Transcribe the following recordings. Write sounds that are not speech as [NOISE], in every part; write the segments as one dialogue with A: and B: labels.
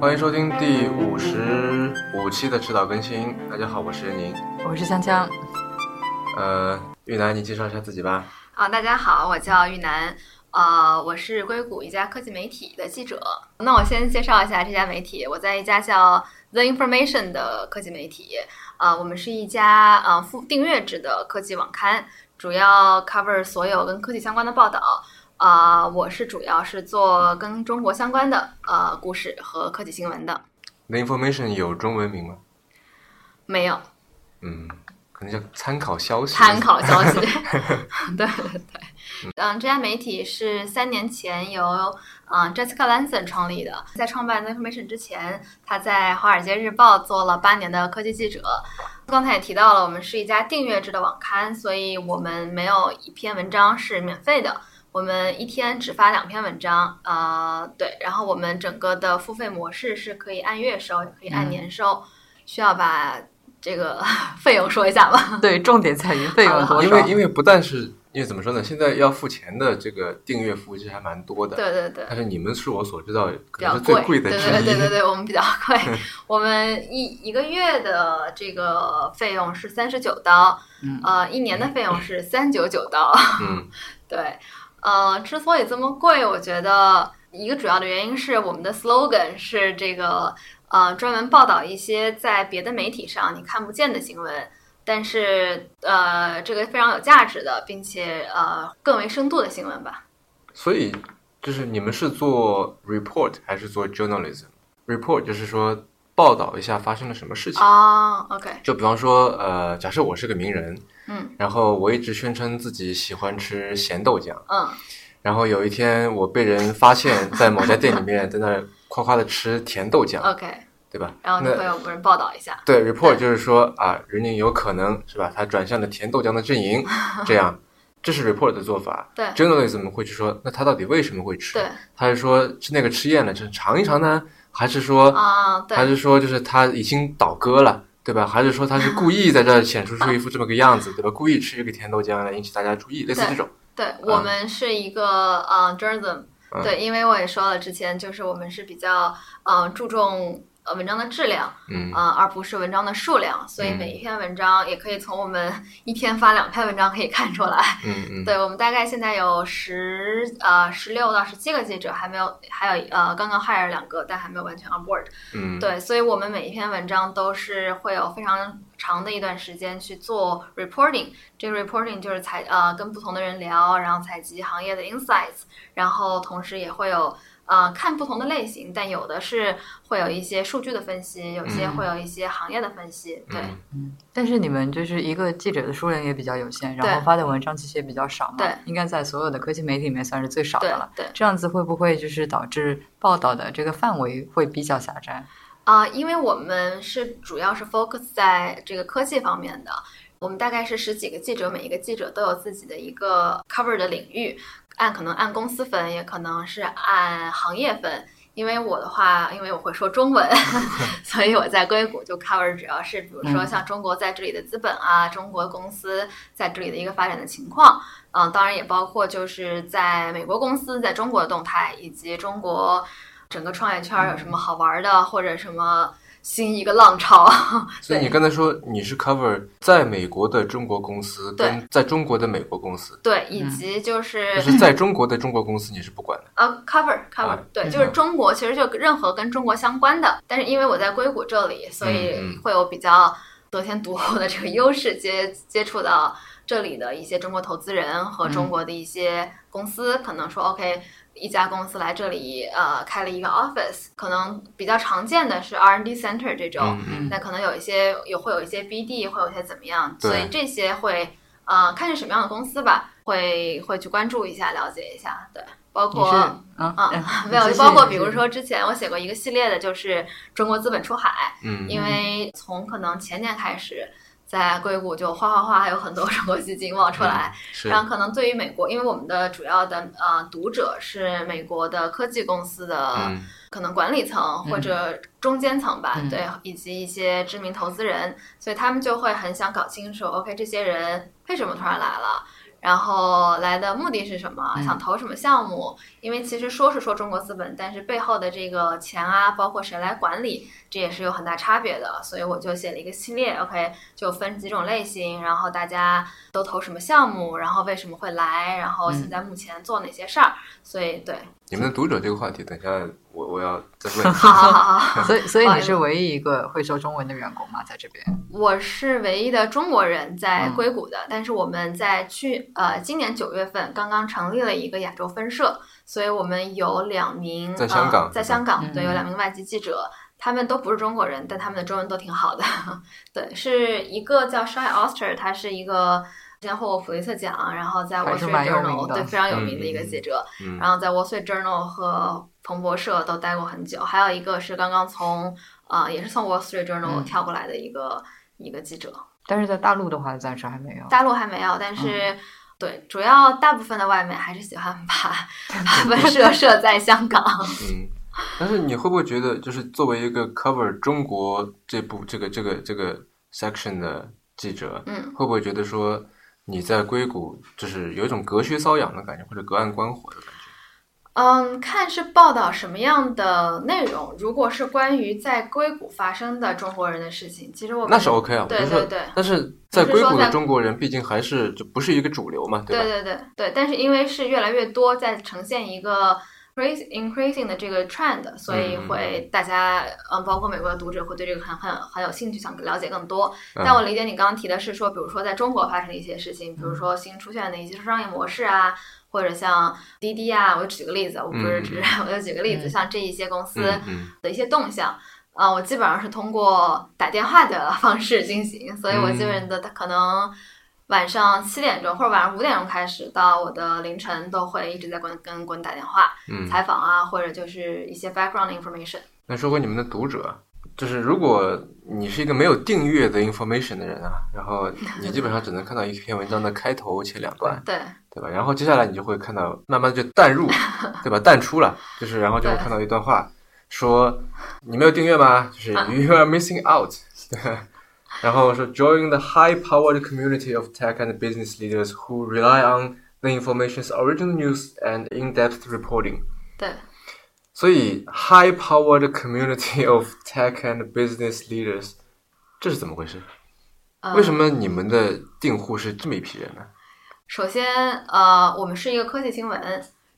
A: 欢迎收听第五十五期的迟早更新。大家好，我是宁。
B: 我是香香。
A: 呃，玉楠，你介绍一下自己吧。
C: 啊，大家好，我叫玉楠，呃，我是硅谷一家科技媒体的记者。那我先介绍一下这家媒体，我在一家叫 The Information 的科技媒体，呃，我们是一家呃付订阅制的科技网刊，主要 cover 所有跟科技相关的报道。呃，我是主要是做跟中国相关的呃故事和科技新闻的，
A: The Information 有中文名吗？
C: 没有
A: 嗯，可能叫参考消息。
C: 参。考消息。 [LAUGHS] 对对对，嗯，这家媒体是三年前由嗯、呃 Jessica Lanson 创立的，在创办 The Information 之前，他在《华尔街日报》做了八年的科技记者。刚才也提到了，我们是一家订阅制的网刊，所以我们没有一篇文章是免费的。我们一天只发两篇文章，呃，对，然后我们整个的付费模式是可以按月收，也可以按年收，需要把这个 [LAUGHS] 费用说一下吧。
B: 对，重点在于费用多
A: 因为
B: 少。
A: 因为不但是因为怎么说呢，现在要付钱的这个订阅服务其实还蛮多的。。
C: [LAUGHS] 对对对。
A: 但是你们是我所知道
C: 比
A: 可能
C: 较
A: 是最
C: 贵，
A: 的
C: 对
A: 之一。
C: 对对对对，我
A: [LAUGHS]
C: 们比较贵。我们一一个月的这个费用是三十九刀，
B: 嗯
C: 呃，一年的费用是三九九刀。 [LAUGHS]
A: 嗯
C: 对，呃，之所以这么贵，我觉得一个主要的原因是我们的 slogan 是这个呃专门报道一些在别的媒体上你看不见的新闻，但是呃这个非常有价值的，并且呃更为深度的新闻吧。
A: 所以就是你们是做 report 还是做 journalism？report 就是说报道一下发生了什么事情。
C: 啊、o k
A: 就比方说，呃，假设我是个名人，
C: 嗯，
A: 然后我一直宣称自己喜欢吃咸豆浆，
C: 嗯，
A: 然后有一天我被人发
C: [LAUGHS]
A: 现，在某家店里面在那儿夸夸的吃甜豆浆，
C: OK，
A: 对吧？
C: 然后你
A: 那
C: 会有人报道一下。
A: 对 report
C: 哦对
A: 就是说啊，人家有可能是吧，他转向了甜豆浆的阵
C: [LAUGHS]
A: 营，这样，这是 report 的做法。
C: 对
A: journalism 会去说，那他到底为什么会吃？
C: 对
A: 他是说是那个吃厌了，就是尝一尝呢，还是说
C: 啊，
A: 还
C: 对
A: 是说就是他已经倒戈了，对吧？还是说他是故意在这儿显示出一副这么个样子，对
C: [LAUGHS]
A: 吧？故意吃这个甜豆浆来引起大家注意，类似这种。
C: 对，我们是一个呃 journalism，
A: 嗯
C: 对，因为我也说了之前，就是我们是比较呃注重呃文章的质量，
A: 嗯
C: 呃，而不是文章的数量，所以
A: 嗯
C: 每一篇文章也可以从我们一天发两篇文章可以看出来。
A: 嗯嗯，
C: [LAUGHS] 对我们大概现在有十呃十六到十七个记者，还没有，还有呃刚刚 hire 两个，但还没有完全 on board。
A: 嗯，
C: 对，所以我们每一篇文章都是会有非常长的一段时间去做 reporting。这个 reporting 就是采呃跟不同的人聊，然后采集行业的 insights，然后同时也会有呃看不同的类型，但有的是会有一些数据的分析，有些
A: 嗯
C: 会有一些行业的分析。对、
A: 嗯
B: 但是你们就是一个记者的数量也比较有限，然
C: 对
B: 后发的文章其实也比较少嘛，
C: 对
B: 应该在所有的科技媒体里面算是最少
C: 对
B: 的了。
C: 对
B: 这样子会不会就是导致报道的这个范围会比较狭窄？
C: 啊、因为我们是主要是 focus 在这个科技方面的，我们大概是十几个记者，每一个记者都有自己的一个 cover 的领域，按可能按公司分，也可能是按行业分。因为我的话，因为我会说中文， [LAUGHS] 所以我在硅谷就 cover 主要是，比如说
B: 嗯
C: 像中国在这里的资本啊，中国公司在这里的一个发展的情况，嗯、当然也包括就是在美国公司在中国的动态，以及中国整个创业圈儿有什
A: 嗯
C: 么好玩的，或者什么新一个浪潮。 [LAUGHS]
A: 所以你刚才说你是 cover 在美国的中国公司
C: 对
A: 跟在中国的美国公司，
C: 对，以及就是、
A: 嗯就是在中国的中国公司你是不管的。
C: 呃，cover cover，、
A: 啊
C: 对，
B: 嗯
C: 就是中国，其实就任何跟中国相关的，但是因为我在硅谷这里，所
A: 嗯
C: 以
A: 嗯
C: 会有比较得天独厚的这个优势，接接触到这里的一些中国投资人和
A: 嗯
C: 中国的一些公司，可能说 OK，一家公司来这里呃开了一个 office，可能比较常见的是 R&D center 这
A: 嗯
C: 种，
A: 嗯，
B: 嗯
C: 那可能有一些也会有一些 BD，会有一些怎么样，
A: 对
C: 所以这些会呃看是什么样的公司吧，会会去关注一下，了解一下，对，包
B: 你是
C: 括。
B: 嗯
C: 嗯， [LAUGHS] 没有，包括比如，说之前我写过一个系列的，就是中国资本出海，
A: 嗯，
C: 因为从可能前年开始，在硅谷就哗哗哗有很多中国基金冒出来，
A: 嗯是
C: 然后可能对于美国，因为我们的主要的呃读者是美国的科技公司的、
A: 嗯
C: 可能管理层或者中间层吧，
B: 嗯
C: 对，以及一些知名投资人，所以他们就会很想搞清楚，OK，这些人为什么突然来了，然后来的目的是什么？想投什么项目？因为其实说是说中国资本，但是背后的这个钱啊，包括谁来管理，这也是有很大差别的。所以我就写了一个系列，OK，就分几种类型，然后大家都投什么项目，然后为什么会来，然后现在目前做哪些事儿。所以对，
A: 你们的读者这个话题，等一下我我要再问一下。
C: [LAUGHS] 好好好好，
B: 所以所以你是唯一一个会说中文的员工吗？在这边？
C: 我是唯一的中国人在硅谷的，但是我们在去呃今年九月份刚刚成立了一个亚洲分社，所以我们有两名
A: 在香港
C: 呃、在香港
B: 嗯
C: 对有两名外籍记者，他们都不是中国人，但他们的中文都挺
A: [LAUGHS]
C: 好的。对，是一个叫 Shy Oster，他是一个。之前获过普利策奖，然后在《
B: 还
C: Wall
B: 是
C: Street
B: 蛮有名
C: Journal》
B: 的
C: 对非常有名的一个记者，
A: 嗯，
C: 然后在《Wall Street Journal》和彭博社都待过很久，还有一个是刚刚从呃也是从《Wall Street Journal
B: 嗯》
C: 跳过来的一个、一个记者，
B: 但是在大陆的话，暂时还没有。
C: 大陆还没有，但是、
A: 嗯
C: 对主要大部分的外媒还是喜欢把把文社设在香港。 [LAUGHS]
A: 嗯，但是你会不会觉得，就是作为一个 cover 中国这部这个这个这个 section 的记者，
C: 嗯，
A: 会不会觉得说你在硅谷就是有一种隔靴搔痒的感觉，或者隔岸观火的感觉？
C: 嗯，看是报道什么样的内容。如果是关于在硅谷发生的中国人的事情，其实我们
A: 那是 OK 啊，我
C: 对
A: 就
C: 对
A: 说，
C: 对
A: 但是在
C: 就是
A: 硅
C: 说
A: 谷的
C: 在
A: 中国人，毕竟还是就不是一个主流嘛，吧？
C: 对对对，但是因为是越来越多在呈现一个 raise- increasing 的这个 trend，所以
A: 嗯嗯嗯
C: 会大家嗯，包括美国的读者会对这个很很很有兴趣，想了解更多。
A: 嗯嗯
C: 但我理解你刚刚提的是说，比如说在中国发生的一些事情，比如说新出现的一些商业模式啊。或者像滴滴啊，我举个例子，我不是
A: 嗯嗯
C: 只是， [LAUGHS] 我就举个例子，
B: 嗯
C: 像这一些公司，
A: 嗯嗯，
C: 的一些动向。啊、我基本上是通过打电话的方
A: 嗯
C: 式进行，所以我基本的可能晚上七点钟或者晚上五点钟开始，到我的凌晨都会一直在跟跟滚打电话、
A: 嗯
C: 采访啊，或者就是一些 background information。
A: 那说回你们的读者，就是如果你是一个没有订阅的 information 的人啊，然后你基本上只能看到一篇文章的开头前两段，
C: 对
A: 对吧？然后接下来你就会看到慢慢就淡
C: [LAUGHS]
A: 入，对吧？淡出了，就是然后就会
C: 对
A: 看到一段话，说你没有订阅吗？就是
C: 啊
A: you are missing out，然后说 join the high-powered community of tech and business leaders who rely on the information's original news and in-depth reporting。
C: 对
A: 所以 high-powered community of tech and business leaders，这是怎么回事？
C: 呃
A: 为什么你们的订户是这么一批人呢？
C: 首先，呃，我们是一个科技新闻，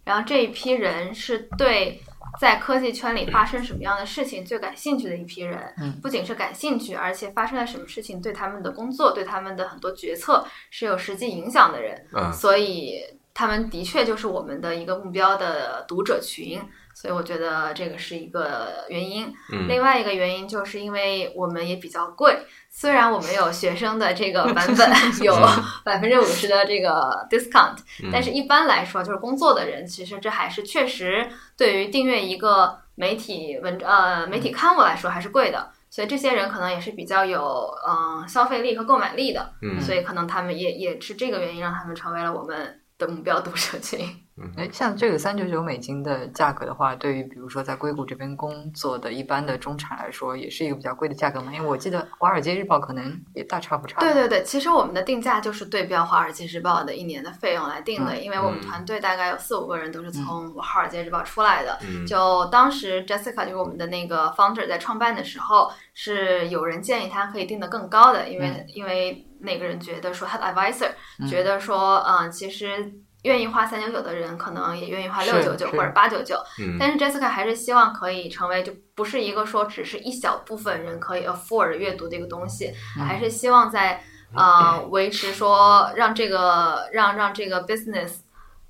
C: 然后这一批人是对在科技圈里发生什么样的事情最感兴趣的一批人。
B: 嗯
C: 不仅是感兴趣，而且发生了什么事情对他们的工作、对他们的很多决策是有实际影响的人。
A: 嗯，
C: 所以，他们的确就是我们的一个目标的读者群。所以，我觉得这个是一个原因。
A: 嗯
C: 另外一个原因就是因为我们也比较贵，虽然我们有学生的这个版
A: [LAUGHS]
C: 本有
A: 嗯
C: [LAUGHS] 百分之五十的这个 discount，但是一般来说就是工作的人，其实这还是确实对于订阅一个媒体文呃媒
A: 嗯
C: 体刊物来说还是贵的，所以这些人可能也是比较有嗯、呃消费力和购买力的，
A: 嗯
C: 所以可能他们也也是这个原因让他们成为了我们的目标读者群。
A: 嗯
B: 哎，像这个三九九美金的价格的话，对于比如说在硅谷这边工作的一般的中产来说，也是一个比较贵的价格嘛。因为我记得《华尔街日报》可能也大差不差。
C: 对对对，其实我们的定价就是对标《华尔街日报》的一年的费用来定的，因为我们
A: 嗯
C: 团队大概有四五个人都是从《华尔街日报》出来的。
A: 嗯
C: 就当时 Jessica 就是我们的那个 founder 在创办的时候，是有人建议他可以定的更高的，因为、因为那个人觉得说他的 advisor、
B: 嗯
C: 觉得说，嗯、其实愿意花三九九的人，可能也愿意花
B: 是
C: 六九九
B: 是
C: 或者八九九，
A: 嗯
C: 但是 Jessica 还是希望可以成为，就不是一个说只是一小部分人可以 afford 阅读的一个东西，
B: 嗯
C: 还是希望在呃维持说让这个让让这个 business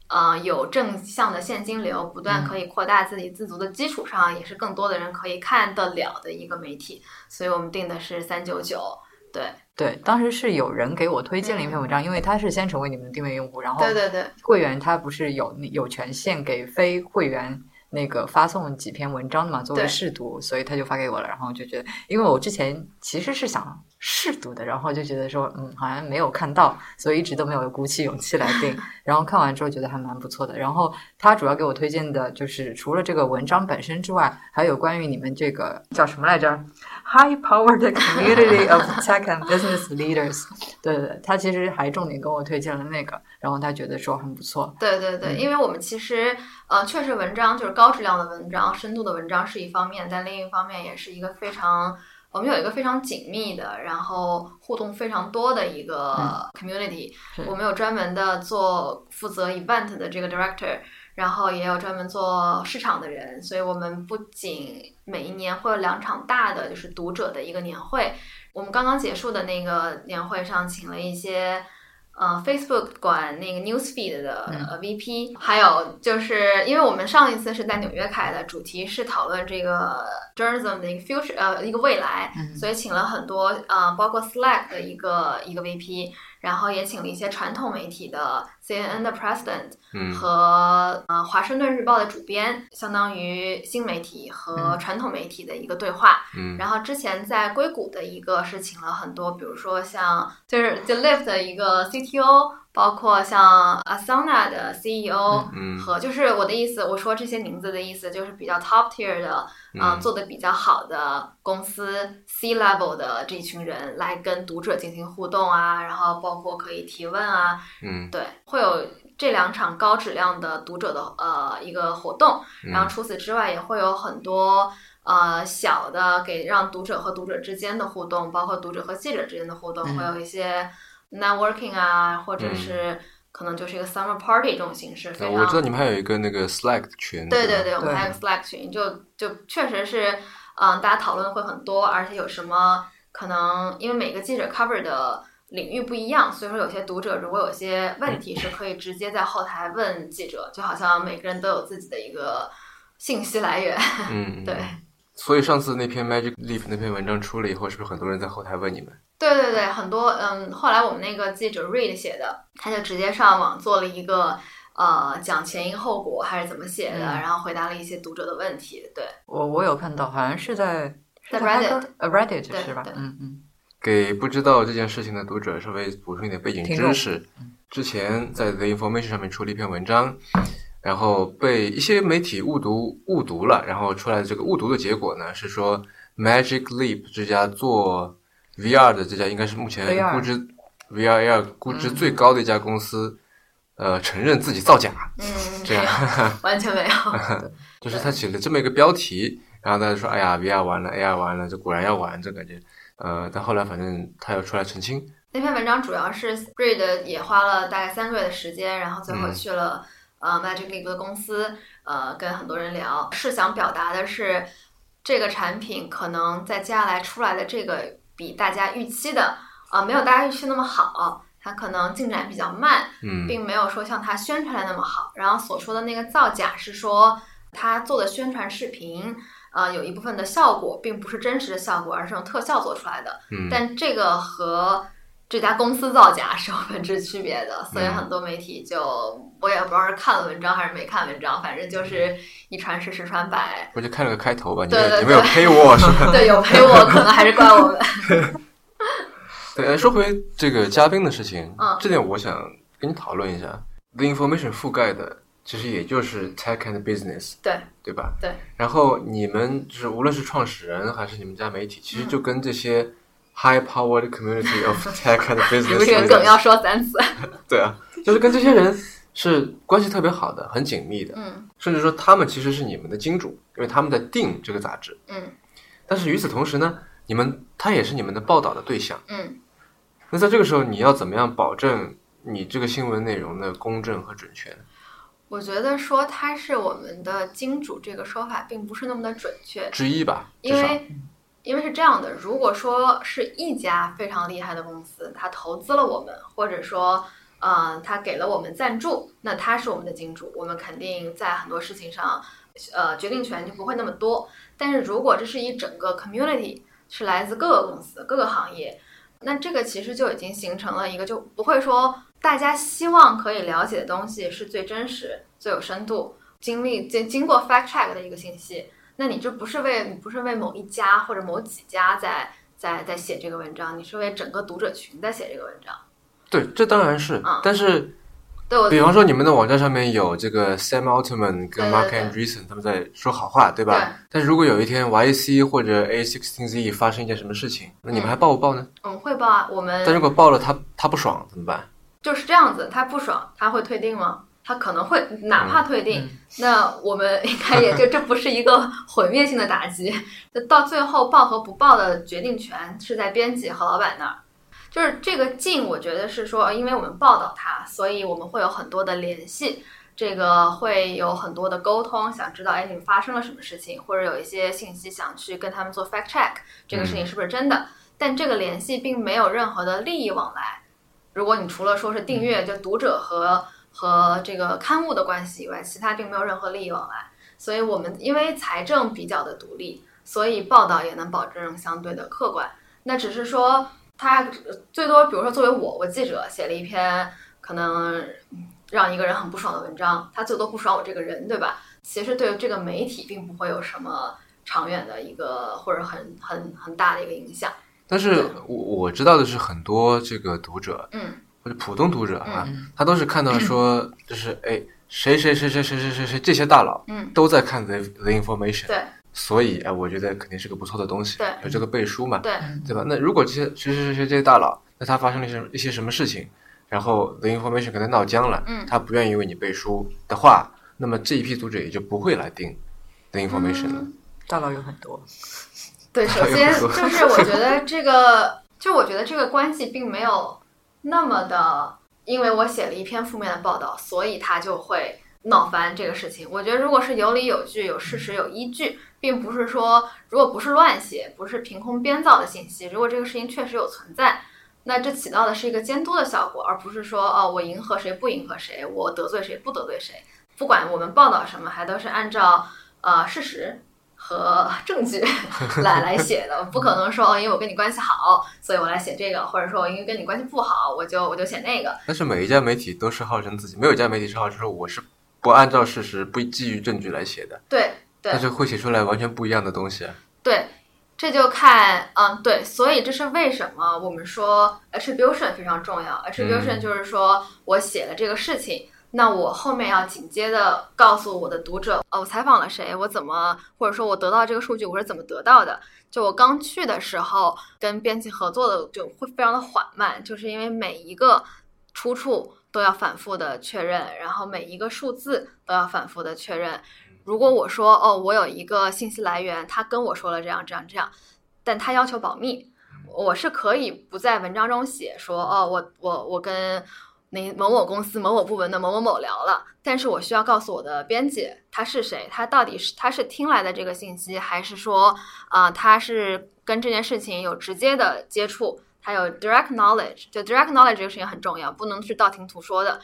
C: 呃有正向的现金流，不
B: 嗯
C: 断可以扩大自给自足的基础上，也是更多的人可以看得了的一个媒体，所以我们定的是三九九。对嗯
B: 对，当时是有人给我推荐了一篇文章，因为他是先成为你们的订阅用户，然后
C: 对对对
B: 会员他不是有有权限给非会员那个发送几篇文章的嘛，作为
C: 对
B: 试读，所以他就发给我了。然后我就觉得，因为我之前其实是想试读的，然后就觉得说，嗯，好像没有看到，所以一直都没有鼓起勇气来
C: [LAUGHS]
B: 订。然后看完之后觉得还蛮不错的。然后他主要给我推荐的就是除了这个文章本身之外，还有关于你们这个叫什么来着？High Powered [LAUGHS] Community of Tech and Business Leaders。对对对，他其实还重点跟我推荐了那个，然后他觉得说很不错。
C: 对对对，因为我们其实呃，确实文章就是高质量的文章、深度的文章是一方面，但另一方面也是一个非常。我们有一个非常紧密的，然后互动非常多的一个 community，、
B: 是
C: 我们有专门的做负责 event 的这个 director，然后也有专门做市场的人，所以我们不仅每一年会有两场大的就是读者的一个年会，我们刚刚结束的那个年会上，请了一些呃 Facebook 管那个 Newsfeed 的
B: 嗯
C: 呃 VP，、还有就是因为我们上一次是在纽约开的，主题是讨论这个 journalism 的一个 future 呃一个未来，
B: 嗯
C: 所以请了很多呃包括 Slack 的一个一个 VP，然后也请了一些传统媒体的 CNN 的 President，
A: 嗯
C: 和呃《华盛顿日报》的主编，相当于新媒体和
B: 嗯
C: 传统媒体的一个对话。
A: 嗯
C: 然后之前在硅谷的一个是请了很多，比如说像就是就 Lyft 的一个 CTO，包括像 Asana 的 CEO、
A: 嗯
C: 和就是我的意思，我说这些名字的意思就是比较 top tier 的，啊、
A: 嗯
C: 做的比较好的公司 C level 的这一群人来跟读者进行互动啊，然后包括可以提问啊，
A: 嗯，
C: 对，会有这两场高质量的读者的呃一个活动，
A: 嗯
C: 然后除此之外也会有很多呃小的给让读者和读者之间的互动，包括读者和记者之间的互动，
B: 嗯
C: 会有一些 networking 啊，或者
A: 嗯
C: 是可能就是一个 summer party 这种形式，非
A: 啊
C: 常
A: 我知道你们还有一个那个 Slack 群，
C: 对
A: 对
C: 对
A: 吧
C: 对，我们
B: 对
C: 还有 Slack 群，就就确实是，嗯、大家讨论会很多，而且有什么可能，因为每个记者 cover 的领域不一样，所以说有些读者如果有些问题是可以直接在后台问记者，就好像每个人都有自己的一个信息来源。
A: 嗯，嗯
C: 对。
A: 嗯所以上次那篇 Magic Leaf 那篇文章出了以后，是不是很多人在后台问你们？
C: 对对对，很多嗯，后来我们那个记者 Reid 写的，他就直接上网做了一个呃讲前因后果还是怎么写的，
B: 嗯
C: 然后回答了一些读者的问题。对，
B: 我我有看到，好像是在是
C: 在
B: Hacker- 呃 Reddit
C: 对
B: 是吧
C: 对？
B: 嗯嗯
A: 给不知道这件事情的读者稍微补充一点背景知识
B: 嗯。
A: 之前在 The Information 上面出了一篇文章，然后被一些媒体误读误读了，然后出来的这个误读的结果呢是说 Magic Leap 这家做 VR 的这家应该是目前
B: AR
A: 估值 VR AR 估值最高的一家公司，呃，承认自己造假，
C: 嗯，
A: 这样
C: 没有，完全没有。 [LAUGHS]
A: 就是他起了这么一个标题，然后大家说：“哎呀，VR 完了，AR 完了，这果然要玩这感觉。”呃，但后来反正他又出来澄清，
C: 那篇文章主要是 Reid 也花了大概三个月的时间，然后最后
A: 嗯
C: 去了、呃 Magic Leap 的公司，呃，跟很多人聊，是想表达的是这个产品可能在接下来出来的这个比大家预期的啊、呃没有大家预期那么好，它可能进展比较慢，
A: 嗯
C: 并没有说像他宣传的那么好。然后所说的那个造假是说他做的宣传视频，呃，有一部分的效果并不是真实的效果，而是用特效做出来的。
A: 嗯，
C: 但这个和这家公司造假是有本质区别的，所以
A: 嗯
C: 很多媒体就我也不知道是看了文章还是没看文章，反正就是
A: 嗯
C: 一传十，十传百。
A: 我就看了个开头吧，你
C: 对
A: 们
C: 对
A: 你们有 pay 我是
C: [LAUGHS]
A: 吧？
C: 对，有陪我，可能还是怪我们。
A: [LAUGHS] 对，呃说回这个嘉宾的事情，
C: 嗯
A: 这点我想跟你讨论一下。The information 覆盖的其实也就是 tech and business，
C: 对
A: 对吧？
C: 对。
A: 然后你们就是无论是创始人还是你们家媒体，其实
C: 嗯
A: 就跟这些 high powered community
C: [LAUGHS]
A: of tech and
C: 你
A: business，
C: 们这个
A: leaders
C: 梗要说三
A: [LAUGHS]
C: 次。
A: 对啊，就是跟这些人是关系特别好的，很紧密的，
C: 嗯
A: 甚至说他们其实是你们的金主，因为他们在定这个杂志。
C: 嗯
A: 但是与此同时呢，你们他也是你们的报道的对象。
C: 嗯
A: 那在这个时候，你要怎么样保证你这个新闻内容的公正和准确呢？
C: 我觉得说他是我们的金主这个说法并不是那么的准确，
A: 之一吧，至
C: 因
A: 少
C: 为因为是这样的，如果说是一家非常厉害的公司，它投资了我们，或者说呃，它给了我们赞助，那它是我们的金主，我们肯定在很多事情上，呃，决定权就不会那么多。但是如果这是一整个 community，是来自各个公司、各个行业，那这个其实就已经形成了一个，就不会说大家希望可以了解的东西是最真实、最有深度，经历经经过 fact check 的一个信息，那你这不是为你不是为某一家或者某几家在在在写这个文章，你是为整个读者群在写这个文章。
A: 对，这当然是，
C: 嗯
A: 但是
C: 对，我
A: 比方说你们的网站上面有这个 Sam Altman 跟
C: 对
A: Mark
C: 对
A: Andreessen 他们在说好话，对吧？
C: 对
A: 但如果有一天 YC 或者 A16Z 发生一件什么事情，那你们还报不报呢？
C: 嗯汇报啊，我
A: 但如
C: 们
A: 果报了他他不爽怎么办？
C: 就是这样子，他不爽，他会退订吗？他可能会，哪怕退订，那我们应该也就这不是一个毁灭性的打击，那到最后报和不报的决定权是在编辑和老板那儿。就是这个进，我觉得是说，呃因为我们报道它，所以我们会有很多的联系，这个会有很多的沟通，想知道哎你们发生了什么事情，或者有一些信息想去跟他们做 fact check，这个事情是不是真的？但这个联系并没有任何的利益往来。如果你除了说是订阅，就读者和和这个刊物的关系以外，其他并没有任何利益往来。所以我们因为财政比较的独立，所以报道也能保证相对的客观。那只是说，他呃最多，比如说作为我，我记者写了一篇可能嗯让一个人很不爽的文章，他最多不爽我这个人，对吧？其实对这个媒体并不会有什么长远的一个或者很很很大的一个影响。
A: 但是我我知道的是，很多这个读者
C: 嗯
A: 或者普通读者啊，
B: 嗯
A: 他都是看到说，就是哎，谁谁谁谁谁谁谁谁这些大佬
C: 嗯，
A: 都在看 The The Information，
C: 对
A: 所以哎，我觉得肯定是个不错的东西
C: 对，
A: 有这个背书嘛，
C: 对，
A: 对吧？那如果这些谁谁谁谁这些大佬，那他发生了一些一些什么事情，然后 The Information 跟他闹僵了，
C: 嗯
A: 他不愿意为你背书的话，那么这一批读者也就不会来订 The Information 了。
C: 嗯
B: 大佬有很多，
C: 对，首
A: 哎
C: 先
A: 呦
C: 就是我觉得这个，就我觉得这个关系并没有那么的，因为我写了一篇负面的报道，所以他就会闹翻这个事情。我觉得如果是有理有据、有事实、有依据，并不是说如果不是乱写，不是凭空编造的信息，如果这个事情确实有存在。那这起到的是一个监督的效果，而不是说哦，我迎合谁不迎合谁，我得罪谁不得罪谁。不管我们报道什么，还都是按照呃事实和证据 [LAUGHS] 来来写的，不可能说哦，因为我跟你关系好，所以我来写这个，或者说因为跟你关系不好，我就我就写那个。
A: 但是每一家媒体都是号称自己，没有一家媒体是号称说我是不按照事实、不基于证据来写的，
C: 对对
A: 但是会写出来完全不一样的东西啊。
C: 对，这就看嗯对，所以这是为什么我们说 attribution 非常重要。attribution
A: 嗯
C: 就是说我写了这个事情。那我后面要紧接着告诉我的读者，呃，我采访了谁，我怎么，或者说我得到这个数据，我是怎么得到的？就我刚去的时候，跟编辑合作的就会非常的缓慢，就是因为每一个出处都要反复的确认，然后每一个数字都要反复的确认。如果我说哦，我有一个信息来源，他跟我说了这样这样这样，但他要求保密，我是可以不在文章中写说哦，我我我跟那某某公司某某部门的某某某聊了，但是我需要告诉我的编辑他是谁，他到底是他是听来的这个信息，还是说啊、他是跟这件事情有直接的接触，他有 direct knowledge，就 direct knowledge 这个事情很重要，不能是道听途说的。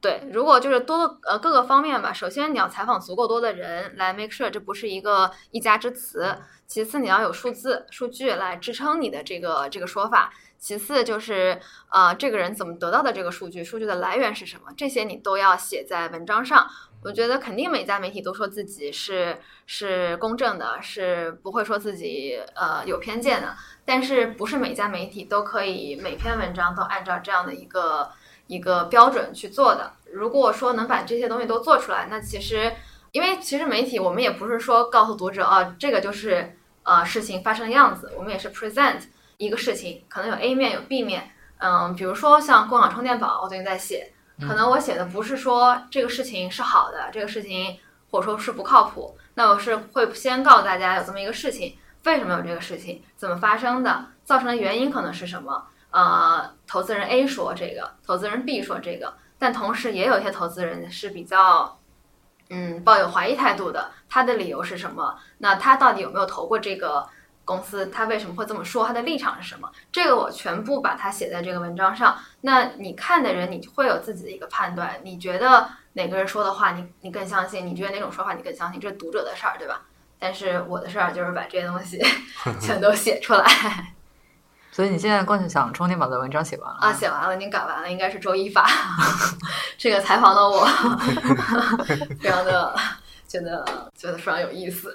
C: 对，如果就是多个呃各个方面吧，首先你要采访足够多的人来 make sure 这不是一个一家之词，其次你要有数字数据来支撑你的这个这个说法，其次就是呃这个人怎么得到的这个数据，数据的来源是什么，这些你都要写在文章上。我觉得肯定每家媒体都说自己是是公正的，是不会说自己呃有偏见的，但是不是每家媒体都可以每篇文章都按照这样的一个一个标准去做的。如果说能把这些东西都做出来，那其实因为其实媒体我们也不是说告诉读者啊，这个就是呃事情发生的样子，我们也是 present 一个事情，可能有 A 面有 B 面，嗯，比如说像共享充电宝，我最近在写，可能我写的不是说这个事情是好的，这个事情或者说是不靠谱，那我是会先告诉大家有这么一个事情，为什么有这个事情，怎么发生的，造成的原因可能是什么。呃，投资人 A 说这个，投资人 B 说这个，但同时也有一些投资人是比较，嗯，抱有怀疑态度的。他的理由是什么？那他到底有没有投过这个公司？他为什么会这么说？他的立场是什么？这个我全部把它写在这个文章上。那你看的人，你会有自己的一个判断。你觉得哪个人说的话你你更相信？你觉得哪种说法你更相信？这是读者的事儿，对吧？但是我的事儿就是把这些东西全都写出来
B: 所以你现在光想想充电宝的文章写完了
C: 啊，写完了，已经改完 [LAUGHS] 了，应该是周一发。这个采访的我非常的觉得觉得非常有意思。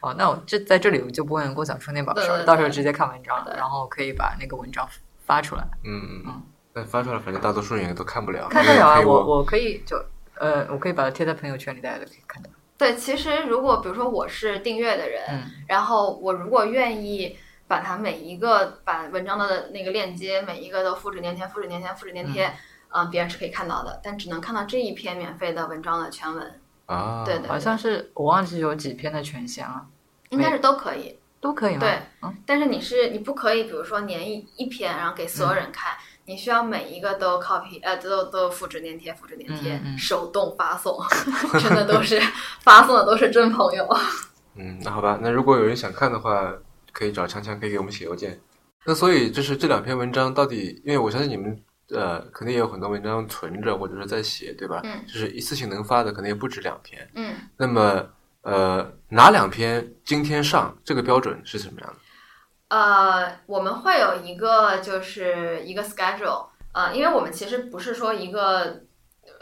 B: 好，哦那我这在这里我就不问郭晓充那把事
C: 对对
B: 儿，
C: 对
B: 到时候直接看文章，
C: 对
B: 然后可以把那个文章发出来。
A: 嗯嗯
B: 嗯。
A: 但发出来，反正大多数人也都看不了。
B: 看得了啊，
A: 因为可以
B: 我我可以就呃，我可以把它贴在朋友圈里，大家都可以看到。
C: 对，其实如果比如说我是订阅的人，
B: 嗯，
C: 然后我如果愿意把它每一个把文章的那个链接每一个都复制粘贴、复制粘贴、复制粘贴，嗯、别人是可以看到的，但只能看到这一篇免费的文章的全文，
A: 啊，
C: 对的
B: 嗯好像是我忘记有几篇的权限了，
C: 应该是都可以。
B: 都可以吗？
C: 对，
B: 嗯
C: 但是你是你不可以，比如说粘一一篇，然后给所有人
B: 嗯
C: 看，你需要每一个都 copy，呃，都都复制粘贴、复制粘贴，
B: 嗯嗯嗯
C: 手动发
B: [LAUGHS]
C: 送，真的都是发送的都是真朋友。
A: 嗯，那好吧，那如果有人想看的话，可以找强强，可以给我们写邮件。那所以就是这两篇文章到底，因为我相信你们呃，肯定也有很多文章存着或者是在写，对吧？
C: 嗯
A: 就是一次性能发的可能也不止两篇。
C: 嗯。
A: 那么呃，哪两篇今天上这个标准是什么样的？
C: 呃，我们会有一个就是一个 schedule，呃，因为我们其实不是说一个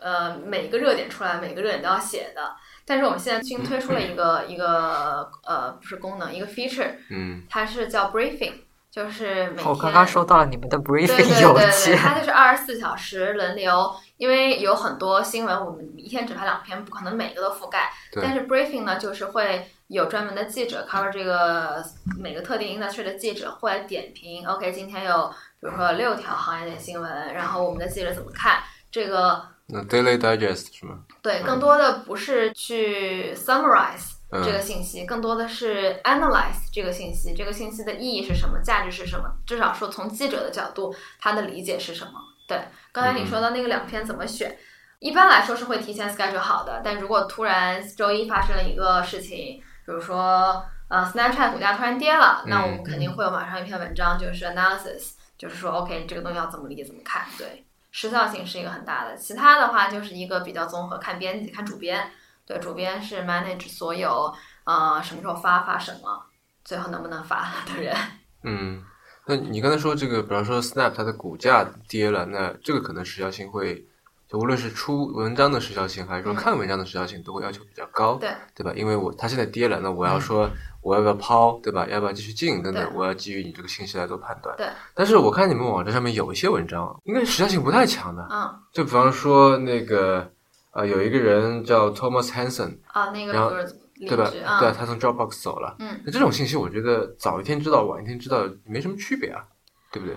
C: 呃每个热点出来，每个热点都要写的，但是我们现在新推出了一
B: 嗯
C: 个一个呃不是功能，一个 feature，
A: 嗯
C: 它是叫 briefing，就是每天
B: 我刚刚收到了你们的
C: 对对
B: briefing
C: 对
B: 邮
C: 对，
B: 件，
C: 它就是二十四小时轮流，因为有很多新闻，我们一天只发两篇，不可能每个都覆盖。
A: 对
C: 但是 briefing 呢，就是会有专门的记者 cover 这个每个特定 industry 的记者会来点评。OK，今天有比如说六条行业的新闻，然后我们的记者怎么看这个？
A: 那 Daily Digest 是吗？
C: 对，更多的不是去 summarize。
A: 嗯
C: 这个信息，更多的是 analyze 这个信息，这个信息的意义是什么，价值是什么？至少说从记者的角度，他的理解是什么？对，刚才你说的那个两篇怎么选？一般来说是会提前 schedule 好的，但如果突然周一发生了一个事情，比如说呃 Snapchat 股价突然跌
A: 嗯
C: 了，那我们肯定会有马上一篇文章，就是 analysis，就是说 OK 这个东西要怎么理解怎么看，对，时效性是一个很大的。其他的话就是一个比较综合，看编辑看主编，对，主编是 manage 所有呃什么时候发发什么，最后能不能发的人。 [LAUGHS]
A: 嗯，那你刚才说这个，比方说 Snap 它的股价跌了，那这个可能时效性会，就无论是出文章的时效性，还是说
C: 嗯
A: 看文章的时效性，都会要求比较高，
C: 对嗯
A: 对吧？因为我它现在跌了，那我要说我要不要抛，对吧？要不要继续进等等，
C: 对
A: 我要基于你这个信息来做判断。
C: 对，
A: 但是我看你们网站上面有一些文章，应该时效性不太强的，
C: 嗯
A: 就比方说那个呃，有一个人叫 Thomas Hanson，
C: 啊，那个
A: 然后
C: 不是离
A: 对吧？
C: 职啊，
A: 对啊，他从 Dropbox 走了。
C: 嗯，
A: 那这种信息，我觉得早一天知道，晚一天知道没什么区别啊，对不对？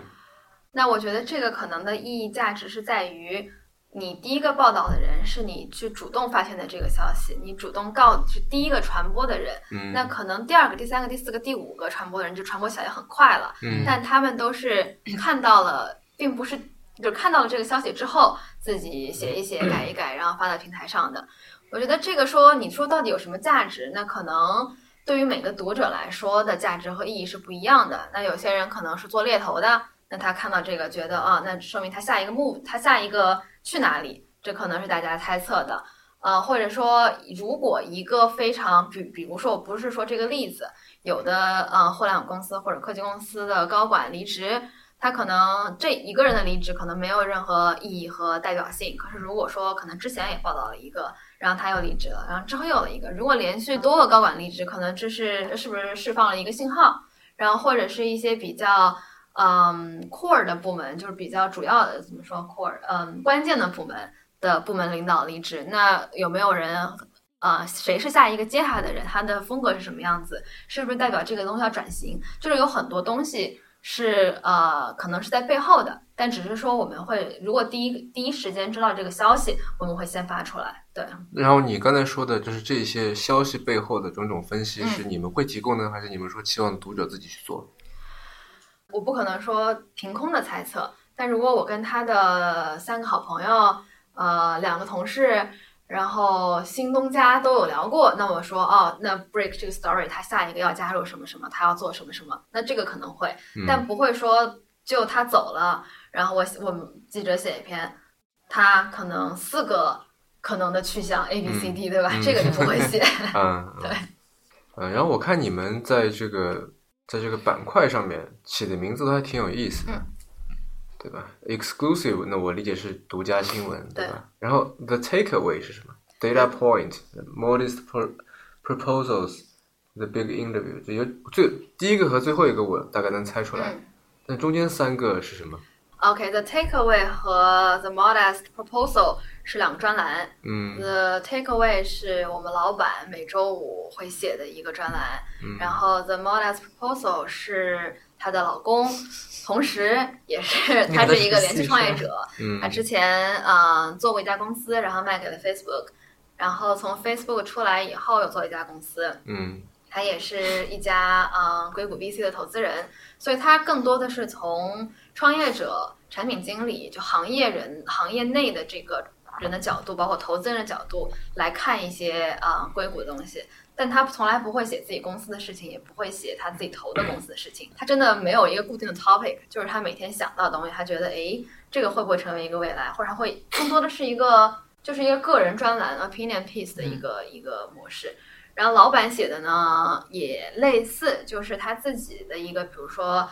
C: 那我觉得这个可能的意义价值是在于，你第一个报道的人是你去主动发现的这个消息，你主动告是第一个传播的人，
A: 嗯，
C: 那可能第二个、第三个、第四个、第五个传播的人就传播起来也很快了，
A: 嗯
C: 但他们都是看到了，并不是就看到了这个消息之后自己写一写、改一改，然后发到平台上的。我觉得这个说你说到底有什么价值？那可能对于每个读者来说的价值和意义是不一样的。那有些人可能是做猎头的，那他看到这个觉得啊，那说明他下一个 move，他下一个去哪里？这可能是大家猜测的。呃，或者说，如果一个非常，比比如说，我不是说这个例子，有的呃互联网公司或者科技公司的高管离职，他可能这一个人的离职可能没有任何意义和代表性。可是如果说可能之前也报道了一个，然后他又离职了，然后之后又有了一个，如果连续多个高管离职，可能这是这是不是释放了一个信号？然后或者是一些比较。嗯，core 的部门就是比较主要的，怎么说 core，嗯，关键的部门的部门领导离职，那有没有人，呃，谁是下一个接他的人？他的风格是什么样子？是不是代表这个东西要转型？就是有很多东西是呃，可能是在背后的，但只是说我们会，如果第一第一时间知道这个消息，我们会先发出来。对，
A: 然后你刚才说的，就是这些消息背后的种种分析，
C: 嗯
A: 是你们会提供呢，还是你们说期望读者自己去做？
C: 我不可能说凭空的猜测，但如果我跟他的三个好朋友，呃，两个同事，然后新东家都有聊过，那我说哦，那 break 这个 story，他下一个要加入什么什么，他要做什么什么，那这个可能会。
A: 嗯，
C: 但不会说就他走了，然后我我们记者写一篇，他可能四个可能的去向 A B C D 对吧？
A: 嗯
C: 这个就
A: [LAUGHS]
C: 不会写。
A: 嗯，嗯
C: 对
A: 嗯，然后我看你们在这个在这个板块上面起的名字都还挺有意思的，
C: 嗯
A: 对吧？Exclusive，那我理解是独家新闻，对
C: 对
A: 吧？然后 The Takeaway 是什么？ Data Point、Modest Pro Proposals、The Big Interview，这有最第一个和最后一个我大概能猜出
C: 嗯
A: 来，但中间三个是什么？
C: OK，The、Takeaway 和 The Modest Proposal 是两个专栏。
A: 嗯
C: The Takeaway 是我们老板每周五会写的一个专栏，
A: 嗯
C: 然后 The Modest Proposal 是她的老公，同时也是她是一个连续创业者。
A: 嗯
C: 她之前嗯、呃做过一家公司，然后卖给了 Facebook，然后从 Facebook 出来以后又做了一家公司。
A: 嗯
C: 他也是一家嗯硅谷 VC 的投资人，所以他更多的是从创业者、产品经理就行业人、行业内的这个人的角度，包括投资人的角度来看一些啊、呃硅谷的东西。但他从来不会写自己公司的事情，也不会写他自己投的公司的事情。他真的没有一个固定的 topic，就是他每天想到的东西，他觉得诶，这个会不会成为一个未来，或者他会更多的是一个就是一个个人专栏 opinion piece 的一个、一个模式。然后老板写的呢也类似，就是他自己的一个，比如说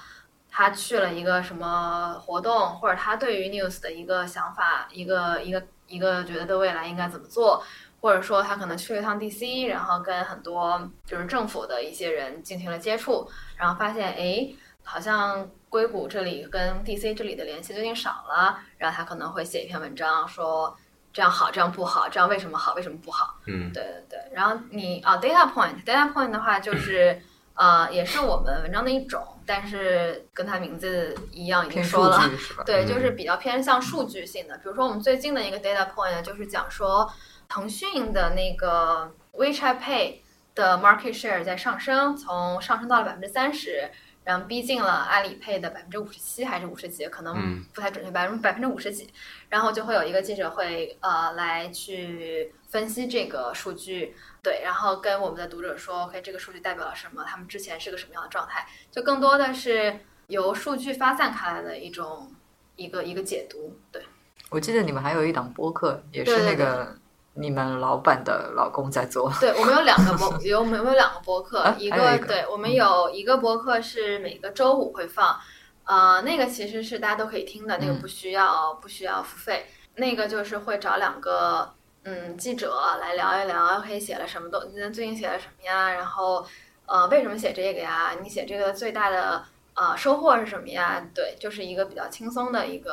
C: 他去了一个什么活动，或者他对于 news 的一个想法，一个一个一个觉得未来应该怎么做，或者说他可能去了一趟 DC，然后跟很多就是政府的一些人进行了接触，然后发现哎，好像硅谷这里跟 DC 这里的联系最近少了，然后他可能会写一篇文章说这样好，这样不好，这样为什么好，为什么不好。
A: 嗯
C: 对对对，然后你啊，data point，data point 的话就是呃，也是我们文章的一种，但是跟它名字一样，已经
B: 偏
C: 说
B: 数
C: 了，
B: 据是吧？
C: 对，
A: 嗯
C: 就是比较偏向数据性的。比如说我们最近的一个 data point 就是讲说，腾讯的那个 WeChat Pay 的 market share 在上升，从上升到了百分之三十。然后逼近了阿里 Pay 的百分之五十七还是五十几，可能
A: 嗯
C: 不太准确，百分百分之五十几。然后就会有一个记者会呃来去分析这个数据，对，然后跟我们的读者说，OK，这个数据代表了什么？他们之前是个什么样的状态？就更多的是由数据发散开来的一种一个一个解读，对，
B: 我记得你们还有一档播客，也
C: 对
B: 是
C: 对
B: 那个你们老板的老公在做。 [LAUGHS]
C: 对我们有两个播，有我们有两个播客，
B: 啊
C: 一
B: 还有
C: 个
B: 一个
C: 对我们有一个播客是每个周五会放，呃，那个其实是大家都可以听的，那个
B: 嗯
C: 不需要不需要付费，那个就是会找两个嗯记者来聊一聊，可以写了什么东西，那最近写了什么呀？然后呃，为什么写这个呀？你写这个最大的呃收获是什么呀？对，就是一个比较轻松的一个。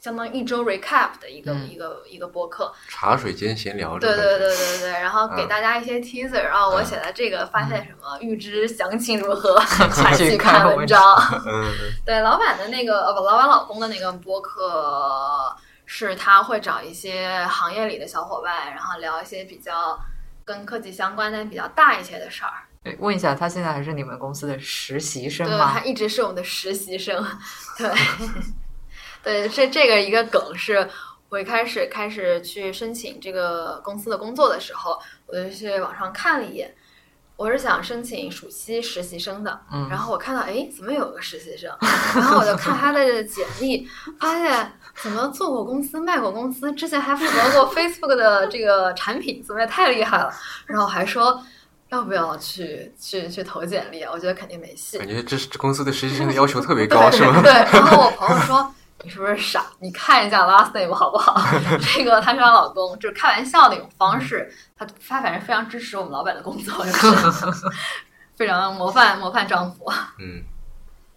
C: 相当于一周 recap 的一个、
B: 嗯
C: 一个一个播客，
A: 茶水间闲聊这种
C: 对
A: 感觉，
C: 对对对对，然后给
A: 嗯
C: 大家一些 teaser，、然后我
A: 嗯
C: 写的这个发现什么，预知详情如
A: [LAUGHS]
C: 何，快
B: 去
C: 去
B: 看
C: 看
B: 文
C: 文章。
A: 嗯
C: 对，老板的那个呃不，老板老公的那个播客是他会找一些行业里的小伙伴，然后聊一些比较跟科技相关但比较大一些的事儿。
B: 对问一下，他现在还是你们公司的实习生
C: 对，
B: 吗
C: 他？一直是我们的实习生。对， [LAUGHS] 对，这这个一个梗是，我一开始开始去申请这个公司的工作的时候，我就去网上看了一眼，我是想申请暑期实习生的，
B: 嗯
C: 然后我看到哎，诶怎么有个实习
B: [LAUGHS]
C: 生？然后我就看他的简历，发现怎么做过公司、卖过公司，之前还负责过 Facebook 的这个产品，怎么也太厉害了。然后还说要不要去去去投简历啊？我觉得肯定没戏。
A: 感觉这是这公司对实习生的要求特别高，是吗？
C: 对，然后我朋友说。你是不是傻？你看一下 last name 好不好？这个她是她老公，就是开玩笑的一种方式。她她反正非常支持我们老板的工作，就是非常模范模范丈夫。 [LAUGHS]
A: 嗯，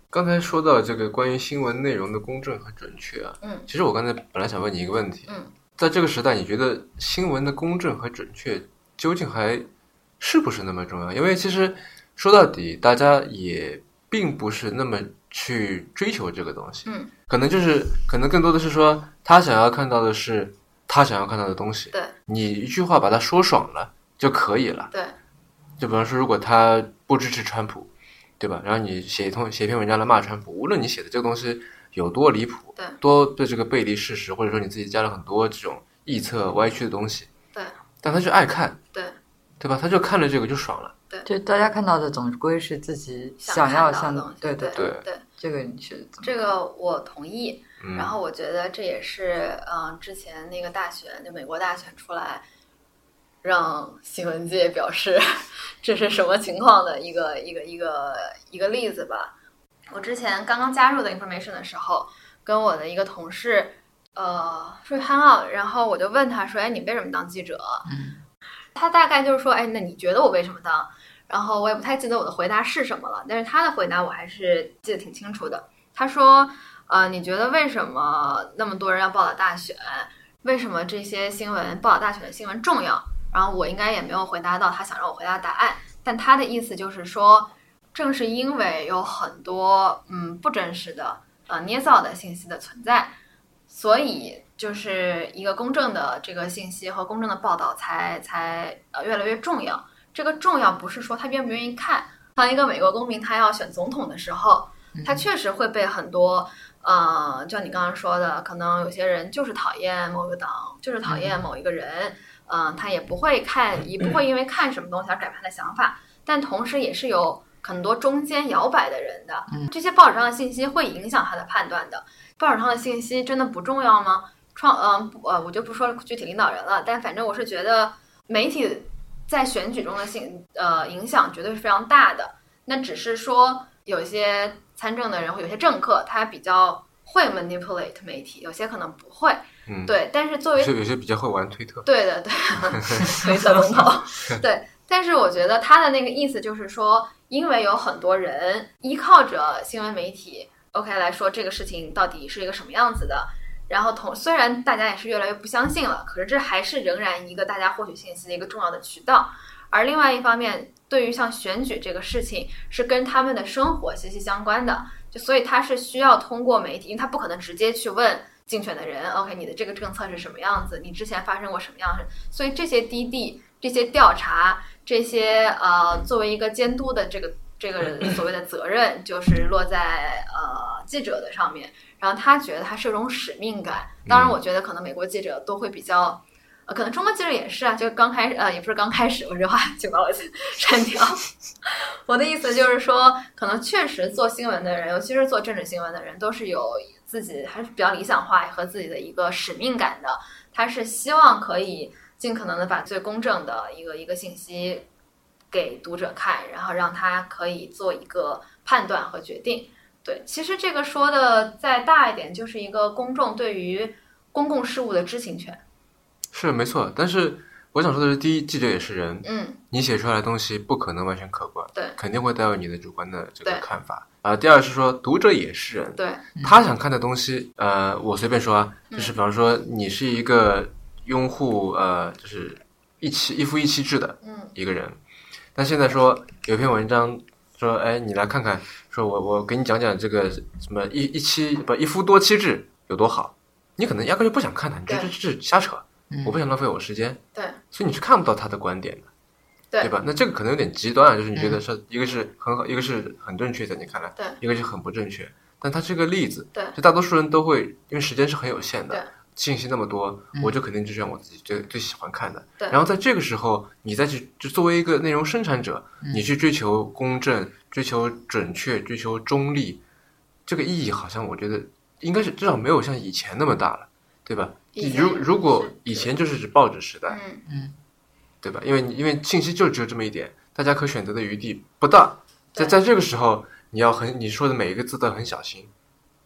A: 刚才说到这个关于新闻内容的公正和准确啊，
C: 嗯
A: 其实我刚才本来想问你一个问题，
C: 嗯，
A: 在这个时代，你觉得新闻的公正和准确究竟还是不是那么重要？因为其实说到底，大家也并不是那么去追求这个东西，
C: 嗯，
A: 可能就是可能更多的是说他想要看到的是他想要看到的东西，
C: 对
A: 你一句话把它说爽了就可以了。
C: 对，
A: 就比方说，如果他不支持川普，对吧？然后你写一通写一篇文章来骂川普，无论你写的这个东西有多离谱，
C: 对
A: 多对这个背离事实，或者说你自己加了很多这种臆测歪曲的东西，
C: 对，
A: 但他就爱看，
C: 对，
A: 对吧？他就看了这个就爽了，
B: 就大家看到的总归是自己想
C: 看到
B: 要
C: 的
B: 像
C: 东西
B: 对
C: 对
B: 对，
A: 对
C: 对，
B: 这个你是怎么
C: 这个我同意。
A: 嗯，
C: 然后我觉得这也是，嗯、之前那个大选，就美国大选出来，让新闻界表示 [LAUGHS] 这是什么情况的一个一个一个一个例子吧。我之前刚刚加入的 information 的时候，跟我的一个同事呃出去 hang out，然后我就问他说：“哎，你为什么当记者？”他大概就是说：“哎，那你觉得我为什么当？”然后我也不太记得我的回答是什么了，但是他的回答我还是记得挺清楚的。他说：“呃，你觉得为什么那么多人要报道大选？为什么这些新闻报道大选的新闻重要？”然后我应该也没有回答到他想让我回答的答案，但他的意思就是说，正是因为有很多嗯不真实的呃捏造的信息的存在，所以就是一个公正的这个信息和公正的报道才才呃越来越重要。这个重要不是说他愿不愿意看，当一个美国公民他要选总统的时候，他确实会被很多。呃，就像你刚刚说的，可能有些人就是讨厌某个党，就是讨厌某一个人，嗯、他也不会看，也不会因为看什么东西而改变他的想法，但同时也是有很多中间摇摆的人的。这些报纸上的信息会影响他的判断的。报纸上的信息真的不重要吗？创，嗯、不呃，我就不说具体领导人了，但反正我是觉得媒体在选举中的信呃影响绝对是非常大的。那只是说有些参政的人或有些政客，他比较会 manipulate 媒体，有些可能不会。
A: 嗯
C: 对，但是作为
A: 有些有些比较会玩推特，
C: [LAUGHS] 对的，对的，推测龙头，对。但是我觉得他的那个意思就是说，因为有很多人依靠着新闻媒体，OK 来说这个事情到底是一个什么样子的。然后同虽然大家也是越来越不相信了，可是这还是仍然一个大家获取信息的一个重要的渠道。而另外一方面，对于像选举这个事情，是跟他们的生活息息相关的，就所以他是需要通过媒体，因为他不可能直接去问竞选的人，OK，你的这个政策是什么样子？你之前发生过什么样的？所以这些低地、这些调查、这些呃，作为一个监督的这个这个所谓的责任，就是落在呃记者的上面。然后他觉得他是有种使命感。当然，我觉得可能美国记者都会比较。呃，可能中国记者也是啊，就刚开始，呃，也不是刚开始，我这话就把我 [LAUGHS] 删掉。我的意思就是说，可能确实做新闻的人，尤其是做政治新闻的人，都是有自己还是比较理想化和自己的一个使命感的。他是希望可以尽可能的把最公正的一个一个信息给读者看，然后让他可以做一个判断和决定。对，其实这个说的再大一点，就是一个公众对于公共事务的知情权。
A: 是没错。但是我想说的是，第一，记者也是人，
C: 嗯，
A: 你写出来的东西不可能完全客观，
C: 对
A: 肯定会带有你的主观的这个
C: 对
A: 看法。啊，第二是说，读者也是人，
C: 对，
A: 他想看的东西，呃，我随便说啊，就是比方说你是一个拥护呃，就是一妻一夫一妻制的
C: 嗯
A: 一个人，但现在说有篇文章说，哎，你来看看，说我我给你讲讲这个什么一一妻不一夫多妻制有多好，你可能压根就不想看它，你觉得这
C: 对
A: 这瞎扯，
B: [LAUGHS] 嗯
A: 我
C: [LAUGHS]
A: 不想浪费我时间，
C: 对，
A: 所以你是看不到他的观点的。
C: 对嗯
A: 吧？那这个可能有点极端啊，就是你觉得是、一个是很好，一个是很正确，在你看来，
C: 对
A: 一个是很不正确。但它是个例子，
C: 对
A: 就大多数人都会，因为时间是很有限
C: 对嗯
A: 的，信息那么多，我就肯定就选我自己最最喜欢看的。
C: 对
A: 然后在这个时候，你再去就作为一个内容生产者，
C: 嗯
A: 你去追求公正、追求准确、追求中立，这个意义好像我觉得应该是至少没有像以前那么大了，对吧？
C: 以前
A: 如如果
C: 是
A: 以前就是指报纸时代，
C: 嗯。
A: 对吧？因为你因为信息就只有这么一点，大家可选择的余地不大。在
C: 对
A: 在这个时候，你要很你说的每一个字都很小心。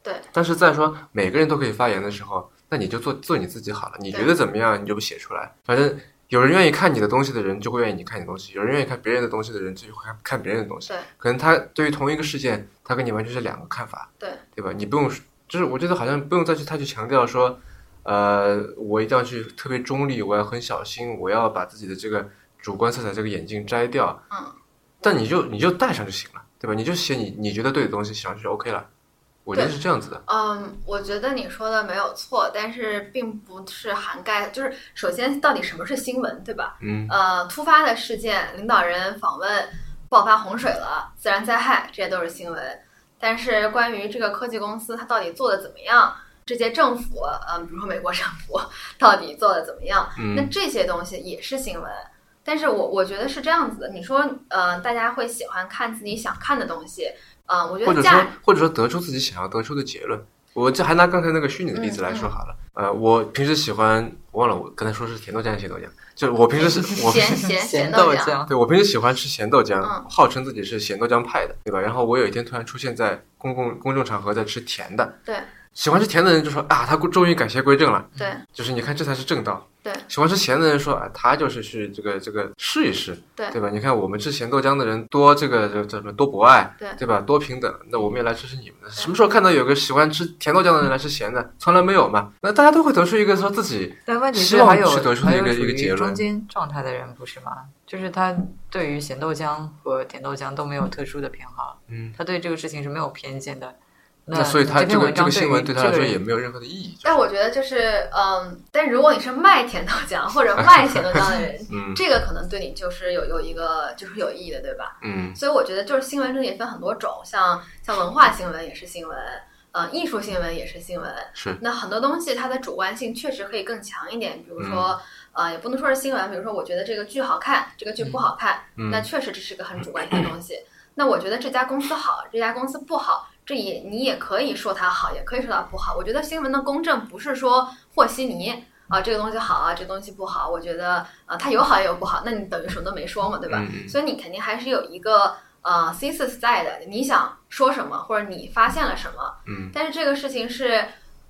C: 对。
A: 但是在说每个人都可以发言的时候，那你就做做你自己好了。你觉得怎么样，你就不写出来。反正有人愿意看你的东西的人，就会愿意你看你的东西；有人愿意看别人的东西的人，就会看看别人的东西
C: 对。
A: 可能他对于同一个事件，他跟你完全是两个看法。
C: 对。
A: 对吧？你不用，就是我觉得好像不用再去太去强调说，呃，我一定要去特别中立，我要很小心，我要把自己的这个主观色彩这个眼镜摘掉。
C: 嗯。
A: 但你就你就戴上就行了，对吧？你就写你你觉得对的东西，写上去就 OK 了。我觉得
C: 对
A: 是这样子的。
C: 嗯，我觉得你说的没有错，但是并不是涵盖，就是首先到底什么是新闻，对吧？
A: 嗯，
C: 呃，突发的事件、领导人访问、爆发洪水了、自然灾害，这些都是新闻。但是关于这个科技公司它到底做的怎么样，这些政府，嗯、比如说美国政府到底做的怎么样，
A: 嗯
C: 那这些东西也是新闻。但是我我觉得是这样子的，你说，呃，大家会喜欢看自己想看的东西，呃，我觉
A: 或
C: 得
A: 者
C: 价
A: 说或者说得出自己想要得出的结论。我这还拿刚才那个虚拟的例子来说好了。
C: 嗯
A: 呃，我平时喜欢，我忘了我刚才说是甜豆浆还是咸豆浆，就是我平时是我平时
C: 咸咸
B: 咸
C: 豆
B: 豆
C: 浆。
B: 浆，
A: 对我平时喜欢吃咸豆浆，
C: 嗯
A: 号称自己是咸豆浆派的，对吧？然后我有一天突然出现在公共公众场合在吃甜的，
C: 对，
A: 喜欢吃甜的人就说啊，他终于改邪归正了，
C: 对
A: 就是你看这才是正道。
C: 对
A: 喜欢吃咸的人说啊，他就是去这个这个试一试，
C: 对
A: 对吧？你看我们吃咸豆浆的人多这个这这什么多博爱，
C: 对
A: 对吧？多平等，那我们也来吃吃你们的。什么时候看到有个喜欢吃甜豆浆的人来吃咸的？从来没有嘛。那大家都会得出一个说自己
B: 但问题
A: 希
B: 是
A: 望
B: 还有
A: 是得出
B: 还
A: 的一
B: 有
A: 个
B: 属
A: 一个
B: 于
A: 结论
B: 中间状态的人不是吗？就是他对于咸豆浆和甜豆浆都没有特殊的偏好，
A: 嗯，
B: 他对这个事情是没有偏见的。
A: 那所以他
B: 这
A: 这
B: 篇
A: 个
B: 文
A: 这
B: 章
A: 个
B: 对
A: 新
B: 于
A: 闻对
B: 这
A: 他来说
B: 人
A: 也没有任何的意义。，
C: 但我觉得就是，嗯，但如果你是卖甜豆浆或者卖甜豆浆的人
A: 嗯
C: 这个可能对你就是有有一个就是有意义的，对吧？
A: 嗯
C: 所以我觉得就是新闻这个也分很多种，像像文化新闻也是新闻，呃，艺术新闻也是新闻。
A: 是
C: 那很多东西它的主观性确实可以更强一点，比如说，呃，也不能说是新闻，比如说我觉得这个剧好看，这个剧不好看，
A: 嗯
C: 那确实这是个很主观性的东西。那我觉得这家公司好，这家公司不好，这也你也可以说它好，也可以说它不好。我觉得新闻的公正不是说和稀泥啊、这个东西好啊，这个东西不好。我觉得啊，它有好也有不好，那你等于什么都没说嘛，对吧？
A: 嗯嗯
C: [LAUGHS] 所以你肯定还是有一个呃 thesis 在的，你想说什么或者你发现了什么，
A: 嗯
C: 但是这个事情是，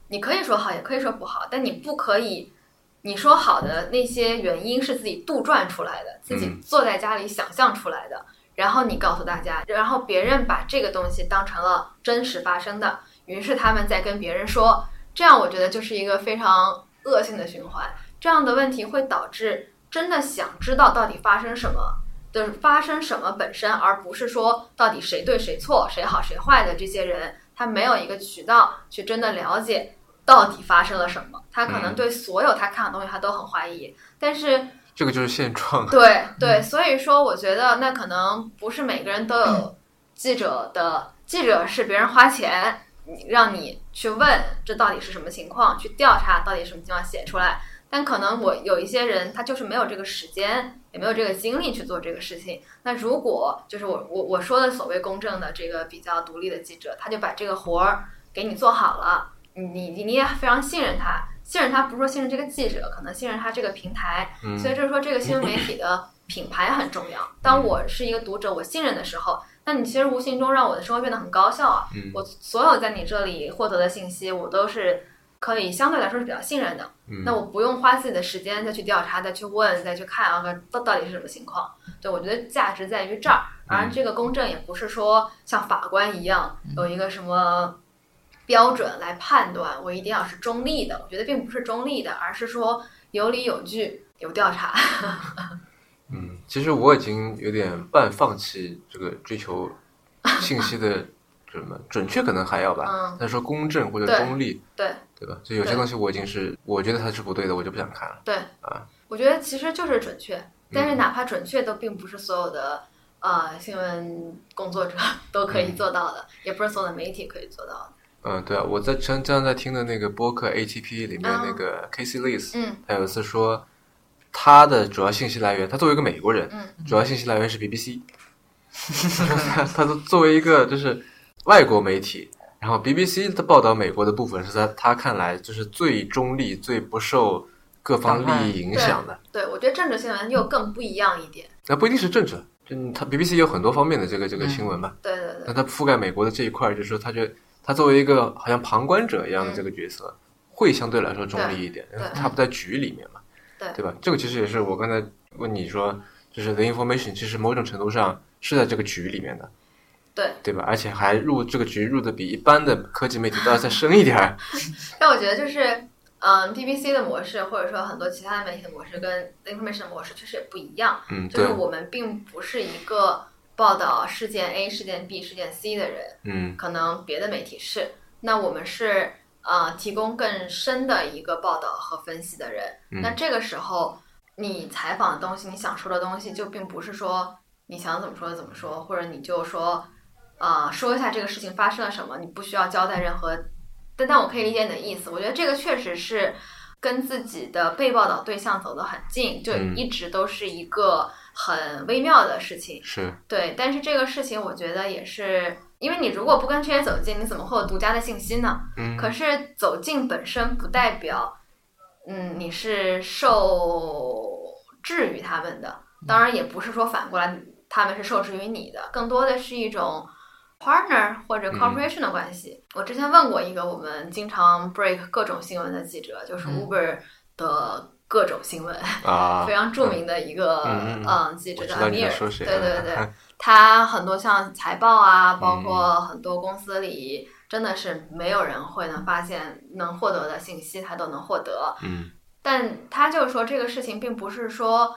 C: 你可以说好，也可以说不好，但你不可以，你说好的那些原因是自己杜撰出来的，自己
A: 嗯
C: 坐在家里想象出来的，然后你告诉大家，然后别人把这个东西当成了真实发生的，于是他们在跟别人说，这样我觉得就是一个非常恶性的循环。这样的问题会导致真的想知道到底发生什么的发生什么本身，而不是说到底谁对谁错、谁好谁坏的这些人，他没有一个渠道去真的了解到底发生了什么。他可能
A: 嗯
C: 对所有他看的东西他都很怀疑，但是
A: 这个就是现状。
C: 对对，所以说我觉得那可能不是每个人都有记者的，记者是别人花钱你让你去问这到底是什么情况，去调查到底什么情况写出来。但可能我有一些人，他就是没有这个时间，也没有这个精力去做这个事情。那如果就是我我我说的所谓公正的这个比较独立的记者，他就把这个活儿给你做好了，你你你也非常信任他，信任他不是说信任这个记者，可能信任他这个平台，
A: 嗯
C: 所以就是说，这个新闻媒体的品牌很重要。当我是一个读者，我信任的时候，那你其实无形中让我的生活变得很高效啊。
A: 嗯
C: 我所有在你这里获得的信息，我都是可以相对来说是比较信任的。
A: 嗯
C: 那我不用花自己的时间再去调查、再去问、再去看啊，到到底是什么情况？对我觉得价值在于这儿，而这个公正也不是说像法官一样有一个什么。标准来判断，我一定要是中立的。我觉得并不是中立的，而是说有理有据、有调查。 [LAUGHS]
A: 嗯，其实我已经有点半放弃这个追求信息的什么准确，可能还要吧
C: 嗯。
A: 但是说公正或者
C: 对
A: 中立，
C: 对
A: 对吧？就有些
C: 对
A: 东西我已经是我觉得它是不对的，我就不想看了。
C: 对
A: 啊，
C: 我觉得其实就是准确，但是哪怕准确，都并不是所有的呃新闻工作者都可以做到的，也不是所有的媒体可以做到的。
A: 嗯，对啊，我在正正在听的那个播客 ATP 里面那个 Casey l e e s
C: 嗯
A: 他有一次说，他的主要信息来源，他作为一个美国人，
C: 嗯
A: 主要信息来源是 [LAUGHS] BBC。他他作为一个就是外国媒体，然后 BBC 的报道美国的部分是在他看来就是最中立、最不受各方利益影响的。
C: 对，我觉得政治新闻又更不一样一点。
A: 那不一定是政治，嗯，他 BBC 有很多方面的这个这个新闻嘛，
C: 对对对
A: 那他覆盖美国的这一块儿，就是说他觉得他作为一个好像旁观者一样的这个角色，会相对来说中立一点，因为
C: 对
A: 他不在局里面嘛，
C: 对
A: 吧？这个其实也是我刚才问你说，就是 the information 其实某种程度上是在这个局里面的，
C: 对。
A: 对吧？而且还入这个局入的比一般的科技媒体都要再深一点儿，
C: 但我觉得就是，嗯，BBC 的模式或者说很多其他的媒体的模式跟 information 的模式确实也不一样。
A: 嗯，
C: 就
A: 对
C: 是，我们并不是一个报道事件 A、事件 B、事件 C 的人，
A: 嗯
C: 可能别的媒体是，那我们是呃提供更深的一个报道和分析的人。
A: 嗯
C: 那这个时候，你采访的东西，你想说的东西，就并不是说你想怎么说就怎么说，或者你就说呃说一下这个事情发生了什么，你不需要交代任何。但但我可以理解你的意思，我觉得这个确实是跟自己的被报道对象走得很近，就
A: 嗯
C: 一直都是一个很微妙的事情。
A: 是，
C: 对，但是这个事情我觉得也是，因为你如果不跟这些走近，你怎么会有独家的信息呢？
A: 嗯，
C: 可是走近本身不代表，嗯，你是受制于他们的，当然也不是说反过来他们是受制于你的，更多的是一种， partner 或者 corporation 的关系。我之前问过一个我们经常 break 各种新闻的记者，就是
B: 嗯
C: Uber 的各种新闻，
A: 啊，
C: 非常著名的一个
A: 嗯嗯嗯
C: 记者
A: 我知
C: 叫
A: 道你在
C: Amir，
A: 说谁
C: 对对
A: 嗯 [LAUGHS]
C: 对，他很多像财报啊，包括很多公司里，真的是没有人会能发现能获得的信息，他都能获得。
A: 嗯
C: 但他就是说，这个事情并不是说，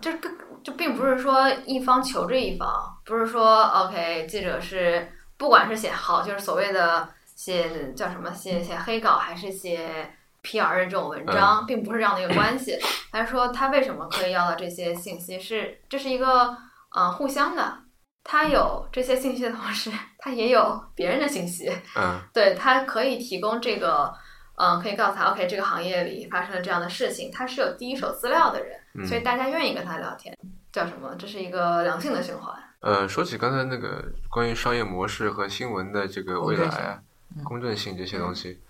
C: 这个就并不是说一方求着一方，不是说 OK 记者是不管是写好，就是所谓的写叫什么写写黑稿，还是写 PR 的这种文章，并不是这样的一个关系。他说他为什么可以要到这些信息是，这是一个呃互相的。他有这些信息的同时， [LAUGHS] 他也有别人的信息，
A: 嗯
C: 对，它可以提供这个，嗯、可以告诉他，OK，这个行业里发生了这样的事情，他是有第一手资料的人，
A: 嗯
C: 所以大家愿意跟他聊天，叫什么？这是一个良性的循环。
A: 呃，说起刚才那个关于商业模式和新闻的这个未来啊、公正性这些东西、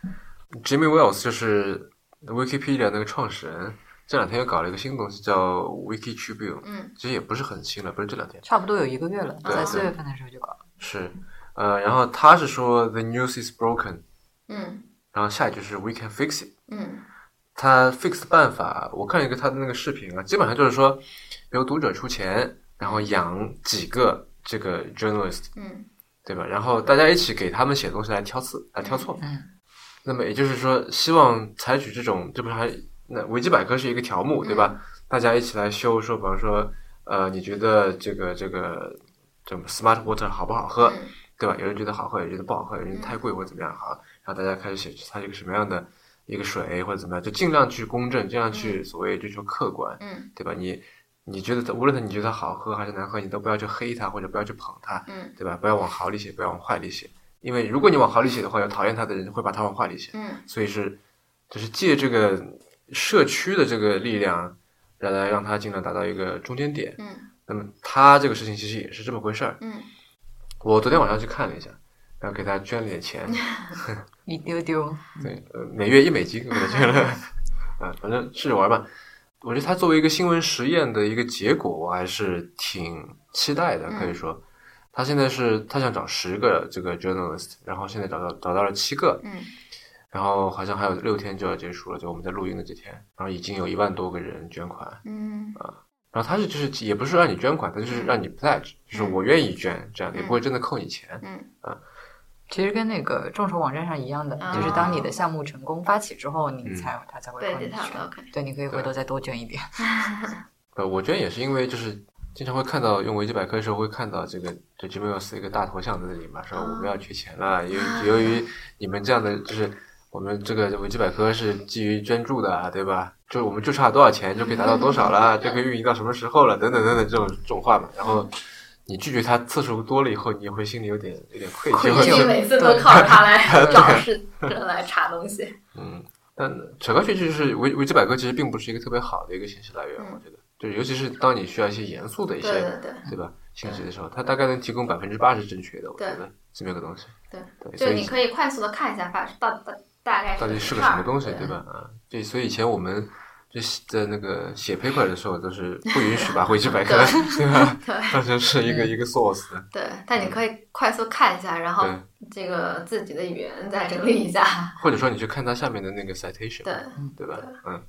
A: j i m m y Wells 就是 Wikipedia 那个创始人，这两天又搞了一个新东西叫 Wiki Tribune，
C: 嗯
A: 其实也不是很新了，不是这两天。
B: 差不多有一个月了，
C: 对
B: 在
C: 对
B: 四月份的时候就搞了。
A: 是，呃，然后他是说 the news is broken，
C: 嗯
A: 然后下一句是 we can fix it。
C: 嗯
A: 他 fix 的办法，我看了一个他的那个视频啊，基本上就是说，由读者出钱，然后养几个这个 journalist，
C: 嗯
A: 对吧？然后大家一起给他们写东西来挑刺，来挑错。
B: 嗯
A: 那么也就是说，希望采取这种，这不是还那维基百科是一个条目，对吧？大家一起来修，说比方说，呃，你觉得这个这个这么 smart water 好不好喝？
C: 嗯
A: 对吧？有人觉得好喝，有人觉得不好喝，有人觉得太贵或者怎么样好，然后大家开始写它是一个什么样的一个水或者怎么样，就尽量去公正，尽量去所谓追求客观，
C: 嗯
A: 对吧？你你觉得它无论它你觉得好喝还是难喝，你都不要去黑它或者不要去捧它，
C: 嗯
A: 对吧？不要往好里写，不要往坏里写，因为如果你往好里写的话，有讨厌它的人会把它往坏里写，
C: 嗯
A: 所以是就是借这个社区的这个力量，来来让它尽量达到一个中间点。
C: 嗯
A: 那么它这个事情其实也是这么回事儿。
C: 嗯
A: 我昨天晚上去看了一下，然后给他捐了点钱，
B: 一丢丢，
A: 对，呃，每月一美金给他捐了， [LAUGHS] 啊，反正试着玩吧。我觉得他作为一个新闻实验的一个结果，我还是挺期待的。可以说，他现在是他想找十个这个 journalist，然后现在找到找到了七个，
C: 嗯
A: 然后好像还有六天就要结束了，就我们在录音的这天，然后已经有一万多个人捐款，
C: 嗯
A: 然后他是就是也不是让你捐款，他就是让你 pledge，就是我愿意捐，这样也不会真的扣你钱。
C: 嗯
B: 其实跟那个众筹网站上一样的，
C: 啊
B: 就是当你的项目成功发起之后，你
A: 嗯
B: 才他才会
C: 对
B: 帮你
C: 对他
B: 捐。
C: OK
B: 对，你可以回头
A: 对
B: 再多捐一点。
A: 呃，我觉得也是因为就是经常会看到用维基百科的时候会看到这个这 j i m m y Wells 一个大头像在这里嘛，说我们要缺钱了，由于由于你们这样的就是我们这个维基百科是基于捐助的啊，对吧？就我们就差多少钱就可以达到多少了，就可以运营到什么时候了，等等等等这种这种话嘛。然后你拒绝他次数多了以后，你也会心里有点有点愧疚，
B: 愧
C: 因为
B: 疚
C: 你每次都靠着它来找事人来查东西。
A: 嗯，但扯开去就是维维基百科其实并不是一个特别好的一个信息来源，
C: 嗯
A: 我觉得，就是尤其是当你需要一些严肃的一
C: 对
A: 些
C: 对对。
A: 对吧？信息的时候，它大概能提供百分之八十正确的，我觉
C: 对
A: 得这么一个东西。
C: 对
A: 对，所
C: 就你
A: 以
C: 可以快速的看一下发到大大概
A: 到底是
C: 是
A: 个
C: 个
A: 什
C: 事
A: 么
C: 儿
A: 东西，对？吧？啊，对，所以以前我们就在那个写 paper 的时候，都是不允许把维基百科对吧
C: 对
A: 当成是一个一个 source 的。
C: 对，但你可以快速看一下，然后
A: 嗯对，
C: 这个自己的语言再整理一下。
A: 或者说你去看它下面的那个 citation，
C: 对，
A: 对吧？嗯。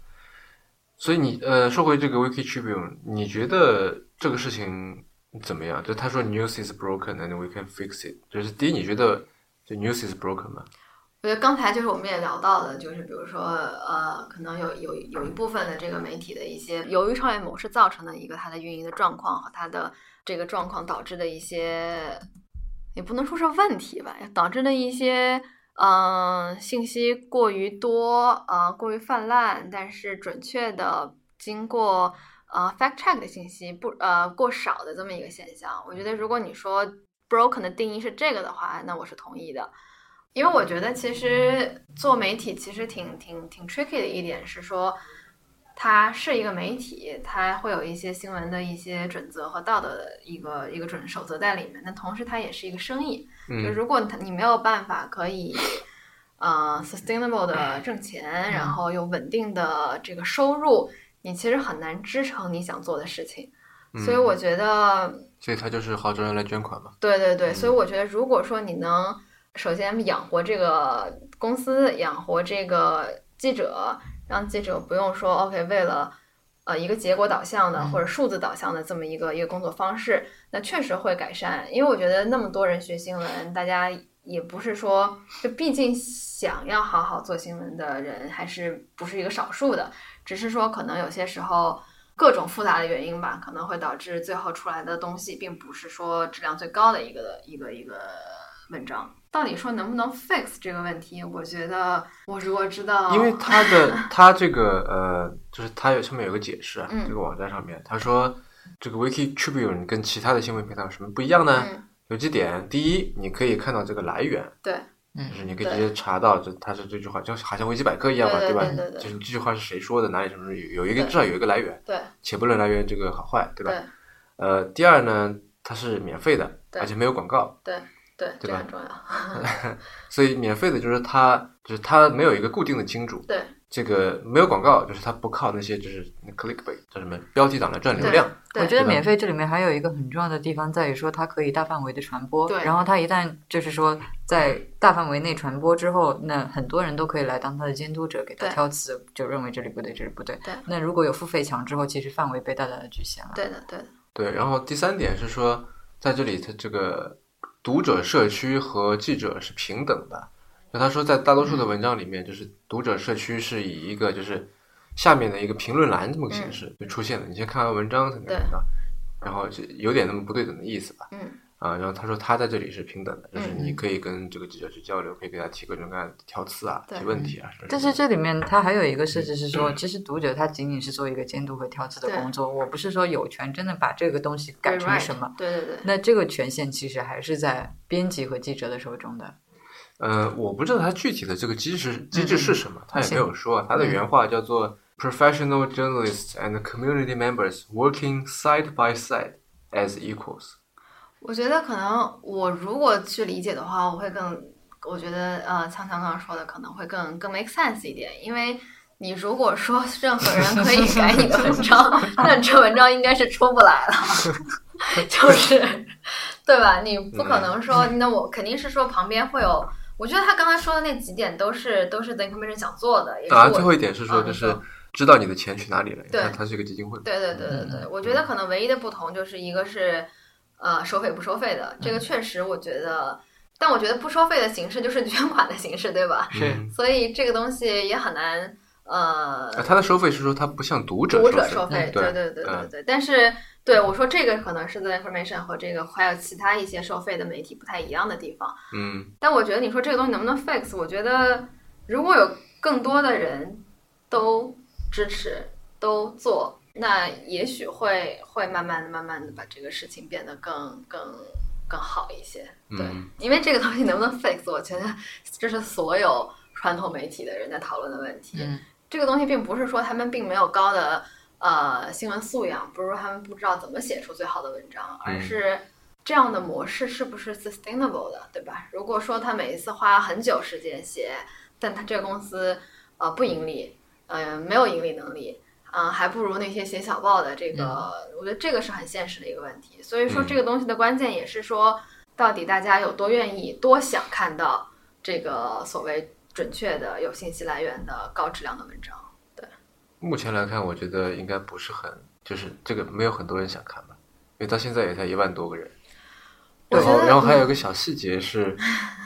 A: 所以你呃，说回这个 Wiki Tribune，你觉得这个事情怎么样？就他说 news is broken and we can fix it，就是第一，你觉得这 news is broken 吗？
C: 我觉得刚才就是我们也聊到的，就是比如说呃，可能有有有一部分的这个媒体的一些由于商业模式造成的一个它的运营的状况和它的这个状况导致的一些，也不能说是问题吧，导致的一些。嗯，信息过于多，呃，过于泛滥，但是准确的经过呃 fact check 的信息不呃过少的这么一个现象。我觉得如果你说 broken 的定义是这个的话，那我是同意的，因为我觉得其实做媒体其实挺挺挺 tricky 的一点是说。它是一个媒体，它会有一些新闻的一些准则和道德的一个一个准守则在里面。但同时，它也是一个生意，就
A: 嗯
C: 如果你没有办法可以，呃，sustainable 的挣钱，然后有稳定的这个收入，你其实很难支撑你想做的事情。所以我觉得，
A: 所以它就是好多人来捐款嘛。
C: 对对对，所以我觉得，如果说你能首先养活这个公司，养活这个记者，让记者不用说 OK 为了呃一个结果导向的
B: 嗯
C: 或者数字导向的这么一个一个工作方式，那确实会改善。因为我觉得那么多人学新闻，大家也不是说就毕竟想要好好做新闻的人还是不是一个少数的，只是说可能有些时候。各种复杂的原因吧，可能会导致最后出来的东西并不是说质量最高的一个一个一个文章。到底说能不能 fix 这个问题？我觉得我如果知道，
A: 因为它
C: [LAUGHS]
A: 的它这个呃，就是它有上面有个解释啊，
C: 嗯
A: 这个网站上面他说，这个 Wiki Tribune 跟其他的新闻平台有什么不一样呢？
C: 嗯，
A: 有几点，第一，你可以看到这个来源，
C: 对，
A: 就是你可以
C: 对
A: 直接查到这它是这句话，就好像维基百科一样嘛，
C: 对对
A: 吧？
C: 对对对
A: 就是这句话是谁说的，哪里什么有有一个
C: 对
A: 至少有一个来源，
C: 对
A: 且不论来源这个好坏，对吧？
C: 对
A: 呃，第二呢，它是免费的，
C: 对
A: 而且没有广告，
C: 对，这
A: 对吧
C: 个很重要。
A: 所以免费的就是它就是它没有一个固定的金主，
C: 对
A: 这个没有广告就是它不靠那些就是那 clickbait 叫什么标题党来赚流量，
C: 对
B: 我觉得
A: 对吧
B: 免费这里面还有一个很重要的地方在于说，它可以大范围的传播。
C: 对
B: 然后它一旦就是说在大范围内传播之后，那很多人都可以来当它的监督者，给它
C: 对
B: 挑刺，就认为这里不对，这里不对。
C: 对
B: 那如果有付费墙之后，其实范围被大大的局限了。
C: 对的对的，
A: 对，然后第三点是说，在这里它这个读者社区和记者是平等的。就他说，在大多数的文章里面，就是读者社区是以一个就是下面的一个评论栏这么个形式就出现的。你先看完文章才能
C: 嗯对
A: 看到，然后就有点那么不对等的意思吧。
C: 嗯
A: 啊，然后他说他在这里是平等的，就是
B: 嗯
A: 你可以跟这个记者去交流，可以给他提各种各样的挑刺啊、
C: 对
A: 提问题啊什么
B: 但
A: 什
B: 是
A: 么的。
B: 这里面它还有一个设置是说，其实读者他仅仅是做一个监督和挑刺的
C: 对
B: 工作，我不是说有权真的把这个东西改成
C: rewrite，
B: 什么。
C: 对对对，
B: 那这个权限其实还是在编辑和记者的手中的。
A: 呃，我不知道它具体的这个机制机制
C: 嗯
A: 是什么，它也没
B: 行
A: 有说啊。它的
B: 嗯
A: 原话叫做 “professional journalists and community members working side by side as equals”。
C: 我觉得可能我如果去理解的话，我会更，我觉得呃，像刚刚说的可能会更更 make sense 一点，因为你如果说任何人可以改你的文章， [LAUGHS] 那这文章应该是出不来了， [LAUGHS] 就是对吧？你不可能说，
B: 嗯
C: 那我肯定是说旁边会有。我觉得他刚才说的那几点都是都是 The Information 想做的，也是
A: 当
B: 啊
A: 然，
C: 我
A: 最后一点是说，
C: 嗯
A: 就
C: 你
A: 是
C: 说
A: 知道你的钱去哪里了，因为
C: 对
A: 它它是一个基金会嘛。
C: 对对对
A: 嗯
C: 对对，我觉得可能唯一的不同就是一个是，呃，收费不收费的，
A: 嗯
C: 这个确实我觉得，但我觉得不收费的形式就是 [LAUGHS] 捐款的形式，对吧？
B: 是
A: 嗯
C: 所以这个东西也很难，呃，
A: 啊它的收费是说它不像读者
C: 读者收
A: 收
C: 费，
A: 对
C: 对对对对
A: 嗯
C: 对。但是对我说这个可能是 The Information 和这个还有其他一些收费的媒体不太一样的地方。
A: 嗯，
C: 但我觉得你说这个东西能不能 fix，我觉得如果有更多的人都支持、都做，那也许会会慢慢的、慢慢的把这个事情变得更更更好一些。对，
A: 嗯
C: 因为这个东西能不能 fix，我觉得这是所有传统媒体的人在讨论的问题。
B: 嗯，
C: 这个东西并不是说他们并没有高的呃新闻素养，不是说他们不知道怎么写出最好的文章，而是这样的模式是不是 sustainable 的，对吧？如果说他每一次花很久时间写，但他这个公司呃不盈利，呃没有盈利能力。嗯，还不如那些写小报的这个，我觉得这个是很现实的一个问题。所以说，
A: 嗯
C: 这个东西的关键也是说，到底大家有多愿意、多想看到这个所谓准确的、有信息来源的高质量的文章。
A: 目前来看，我觉得应该不是很，就是这个没有很多人想看吧，因为到现在也才一万多个人。
C: 我
A: 然
C: 觉
A: 后，
C: 得
A: 哦
C: 嗯
A: 然后还有一个小细节是，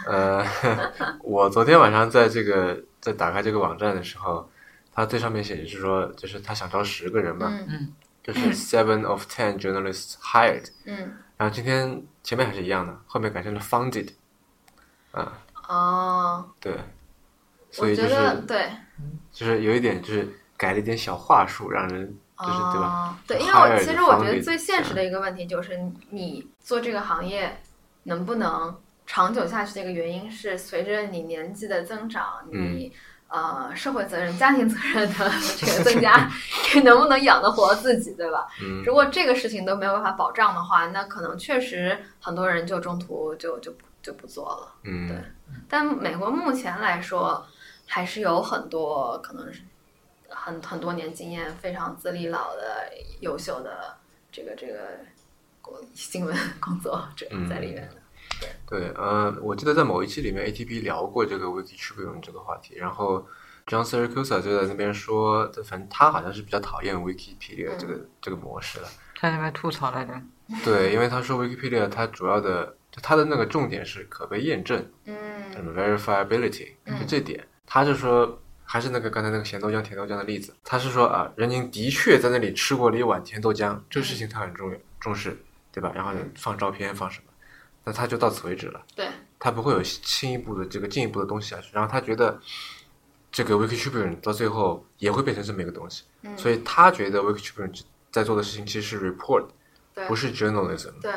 A: 呃， [LAUGHS] 我昨天晚上在这个在打开这个网站的时候，它最上面写的是说，就是他想招十个人嘛，
C: 嗯
A: 就是 seven of ten journalists hired。
C: 嗯，
A: 然后今天前面还是一样的，后面改成了 funded。啊，
C: 哦，
A: 对，所
C: 我
A: 以就
C: 觉
A: 是
C: 得对，
A: 就是有一点就是改了一点小话术，让人就是、对吧？
C: 哦，对，因为
A: Hired
C: 我其实我觉
A: funded，
C: 得最现
A: 嗯
C: 实的一个问题就是，你做这个行业能不能长久下去的一个原因是，随着你年纪的增长，
A: 嗯
C: 你、呃社会责任、家庭责任的
A: [LAUGHS]
C: 这个增加，你能不能养得活自己，对吧？
A: 嗯，
C: 如果这个事情都没有办法保障的话，那可能确实很多人就中途就就就不做了。对
A: 嗯，
C: 但美国目前来说，还是有很多可能是很很多年经验、非常资历老的优秀的这个这个新闻工作者在里面的。
A: 对，呃，我记得在某一期里面 ATP 聊过这个 Wiki Tribune 这个话题，然后 John Siracusa 就在那边说，反正他好像是比较讨厌 Wikipedia 这个、这个模式的。
B: 他那边吐槽来着，
A: 对，因为他说 Wikipedia 它主要的，就它的那个重点是可被验证，什
C: 嗯
A: 么 verifiability，就这点，他就说。还是那个刚才那个咸豆浆、甜豆浆的例子，他是说啊，人民的确在那里吃过了一碗甜豆浆，这个事情他很重要重视，对吧？然后放照片放什么，那他就到此为止了。
C: 嗯对，
A: 他不会有进一步的这个进一步的东西下去。然后他觉得这个 Wikitribune 到最后也会变成这么一个东西，
C: 嗯，
A: 所以他觉得 Wikitribune 在做的事情其实是 report，
C: 对
A: 不是 journalism。
C: 对，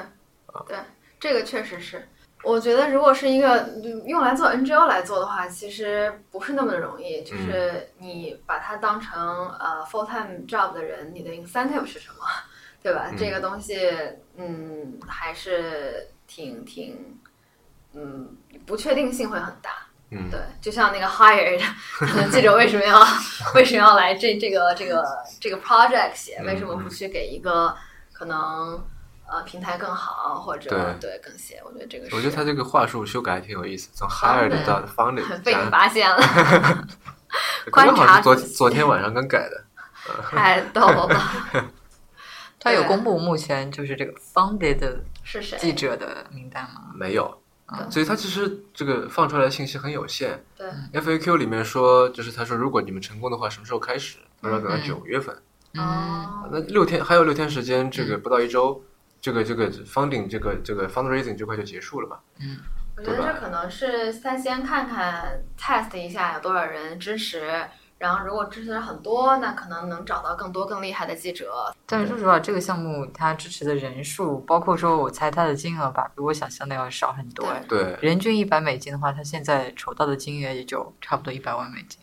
C: 对，这个确实是。我觉得如果是一个嗯用来做 NGO 来做的话，其实不是那么的容易。就是你把它当成呃 full time job 的人，你的 incentive 是什么，对吧？这个东西，嗯，还是挺挺，嗯，不确定性会很大。
A: 嗯
C: 对，就像那个 hired 记者为什
A: [LAUGHS]
C: 么要为什么要来这这个这个这个 project 写？
A: 嗯
C: 为什么不去给一个可能呃平台更好或者对更写？我觉得这个是
A: 我觉得他这个话术修改挺有意思，从
C: Founded
A: hired 到 founded，
C: 被你发现了，
A: [LAUGHS]
C: 观
A: 刚好
C: 察
A: 是昨
C: 自己
A: 昨天晚上刚改的。
C: 太逗了。
B: 他有
C: 对
B: 公布目前就是这个 funded 的
C: [LAUGHS] 是谁？
B: 记者的名单吗？
A: 没有
C: 嗯。
A: 所以它其实这个放出来的信息很有限。
C: 对
A: FAQ 里面说，就是他说，如果你们成功的话，什么时候开始？他说等到
B: 嗯
A: 九月份。
B: 嗯，
C: 哦
A: 那六天还有六天时间，这
C: 嗯
A: 个不到一周，这个这个 funding 这个这个 fundraising 这块就结束了嘛？
C: 我觉得这可能是他先看看 test 一下有多少人支持，然后如果支持很多，那可能能找到更多更厉害的记者。
B: 但是说实话，这个项目它支持的人数，包括说我猜它的金额吧，比我想象的要少很多。
C: 对
B: 哎
A: 对，
B: 人均一百美金的话，它现在筹到的金额也就差不多一百万美金。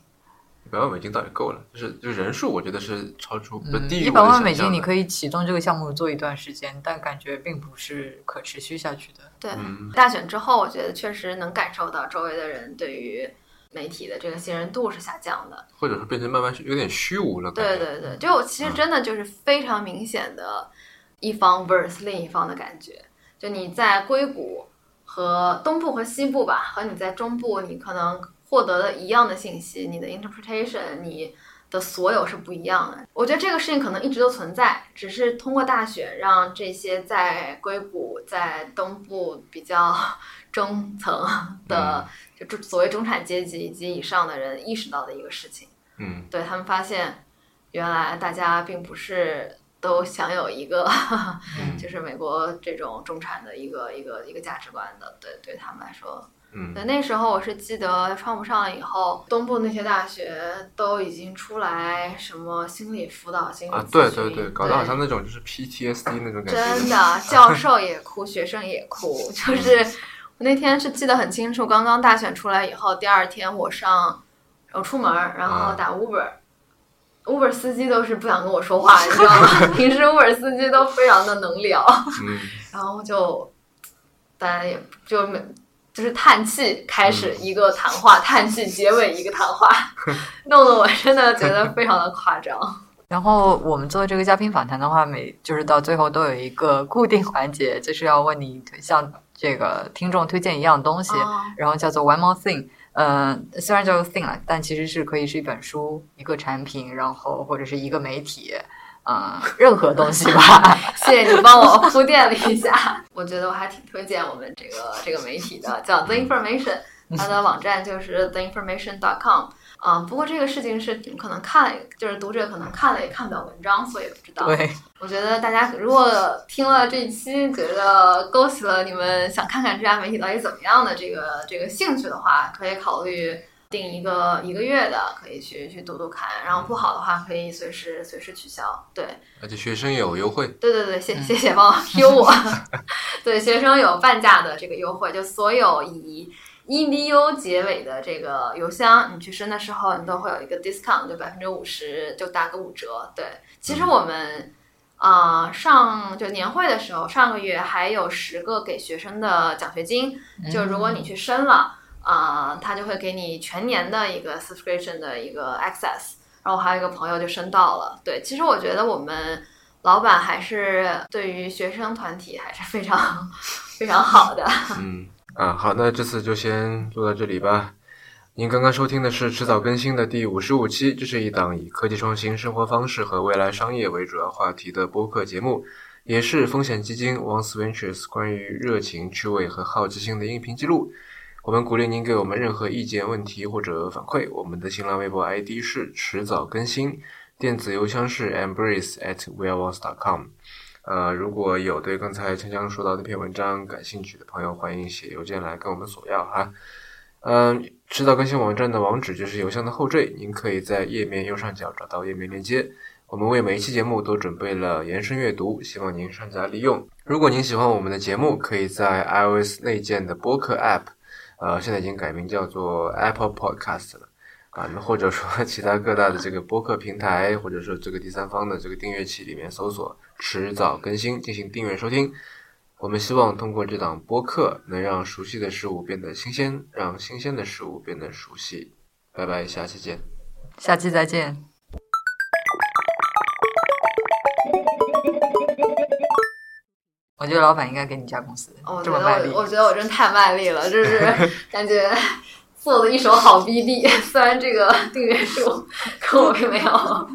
A: 一百万美金倒也够了，就是就人数，我觉得是超出不
B: 嗯，
A: 低于
B: 一
A: 我的
B: 百万
A: 想
B: 美金
A: 象
B: 你
A: 的。
B: 可以启动这个项目做一段时间，但感觉并不是可持续下去的。
C: 对，
A: 嗯
C: 大选之后，我觉得确实能感受到周围的人对于媒体的这个信任度是下降的。
A: 或者是变成慢慢有点虚无了，感
C: 对
A: 觉。嗯
C: 对对，就我其实真的就是非常明显的一方 vs 另一方的感觉。就你在硅谷和东部和西部吧，和你在中部，你可能获得的一样的信息，你的 interpretation，你的所有是不一样的。我觉得这个事情可能一直都存在，只是通过大选让这些在硅谷、在东部比较中层的，
A: 嗯
C: 就中所谓中产阶级以及以上的人意识到的一个事情。
A: 嗯，
C: 对他们发现，原来大家并不是都享有一
A: [LAUGHS]
C: 个，
A: 嗯
C: 就是美国这种中产的一个一个一个价值观的。对，对他们来说，
A: 嗯
C: 对那时候我是记得川普上了以后，东部那些大学都已经出来什么心理辅导、心理
A: 啊，
C: 咨
A: 对
C: 询
A: 对对，搞得好像那种就是 PTSD 那种感觉。
C: 真的，教授也哭，学生也哭，就是我那天是记得很清楚，刚刚大选出来以后，第二天我上我出门儿，然后打 Uber、Uber 司机都是不想跟我说话，你知道吗？ [LAUGHS] 平时 Uber 司机都非常的能聊，
A: 嗯，
C: 然后就当然也就没就是叹气开始一个谈话，叹气结尾一个谈话，弄得我真的觉得非常的夸张。
B: 然后我们做这个嘉宾访谈的话，每就是到最后都有一个固定环节，就是要问你向这个听众推荐一样东西，
C: 哦
B: 然后叫做 One More Thing。呃，虽然叫做 thing 了，但其实是可以是一本书、一个产品，然后或者是一个媒体，呃， [LAUGHS] 任何东西
C: [LAUGHS]
B: 吧。
C: 谢谢你帮我铺垫了一下。 [LAUGHS] 我觉得我还挺推荐我们这个这个媒体的，叫 The Information，它的网站就是 theinformation.com。啊、不过这个事情是你们可能看了，就是读者可能看了也看不了文章，所以不知道。
B: 对，
C: 我觉得大家如果听了这一期，觉得勾起了你们想看看这家媒体到底怎么样的这个这个兴趣的话，可以考虑定一个一个月的，可以去去读读看。然后不好的话，可以随时随时取消。对，
A: 而且学生也有优惠。
C: 对对对，谢谢谢帮我 Q 我。 [LAUGHS] 对，学生有半价的这个优惠，就所有以 edu 结尾的这个邮箱，你去申的时候，你都会有一个 discount，就百分之五十，就打个五折。对，其实我们啊、呃上就年会的时候，上个月还有十个给学生的奖学金，就如果你去申了。啊、他就会给你全年的一个 subscription 的一个 access，然后我还有一个朋友就申到了。对，其实我觉得我们老板还是对于学生团体还是非常非常好的。
A: 嗯啊，好，那这次就先录到这里吧。您刚刚收听的是迟早更新的第五十五期，这是一档以科技创新、生活方式和未来商业为主要话题的播客节目，也是风险基金 Once Ventures 关于热情、趣味和好奇心的音频记录。我们鼓励您给我们任何意见、问题或者反馈。我们的新浪微博 ID 是迟早更新，电子邮箱是 embrace at weareones.com。呃，如果有对刚才锵锵说到那篇文章感兴趣的朋友，欢迎写邮件来跟我们索要哈。嗯，迟早更新网站的网址就是邮箱的后缀，您可以在页面右上角找到页面链接。我们为每一期节目都准备了延伸阅读，希望您善加利用。如果您喜欢我们的节目，可以在 iOS 内建的播客 App，呃，现在已经改名叫做 Apple Podcast 了啊，那或者说其他各大的这个播客平台，或者说这个第三方的这个订阅器里面搜索“迟早更新”进行订阅收听。我们希望通过这档播客，能让熟悉的事物变得新鲜，让新鲜的事物变得熟悉。拜拜，下期见。
B: 下期再见。我觉得老板应该给你加工资，
C: 哦我
B: 这
C: 觉
B: 么
C: 得
B: 卖力
C: 我，我觉得我真太卖力了，就是
B: [LAUGHS]
C: 感觉做的一手好 BD。虽然这个订阅数跟我并没有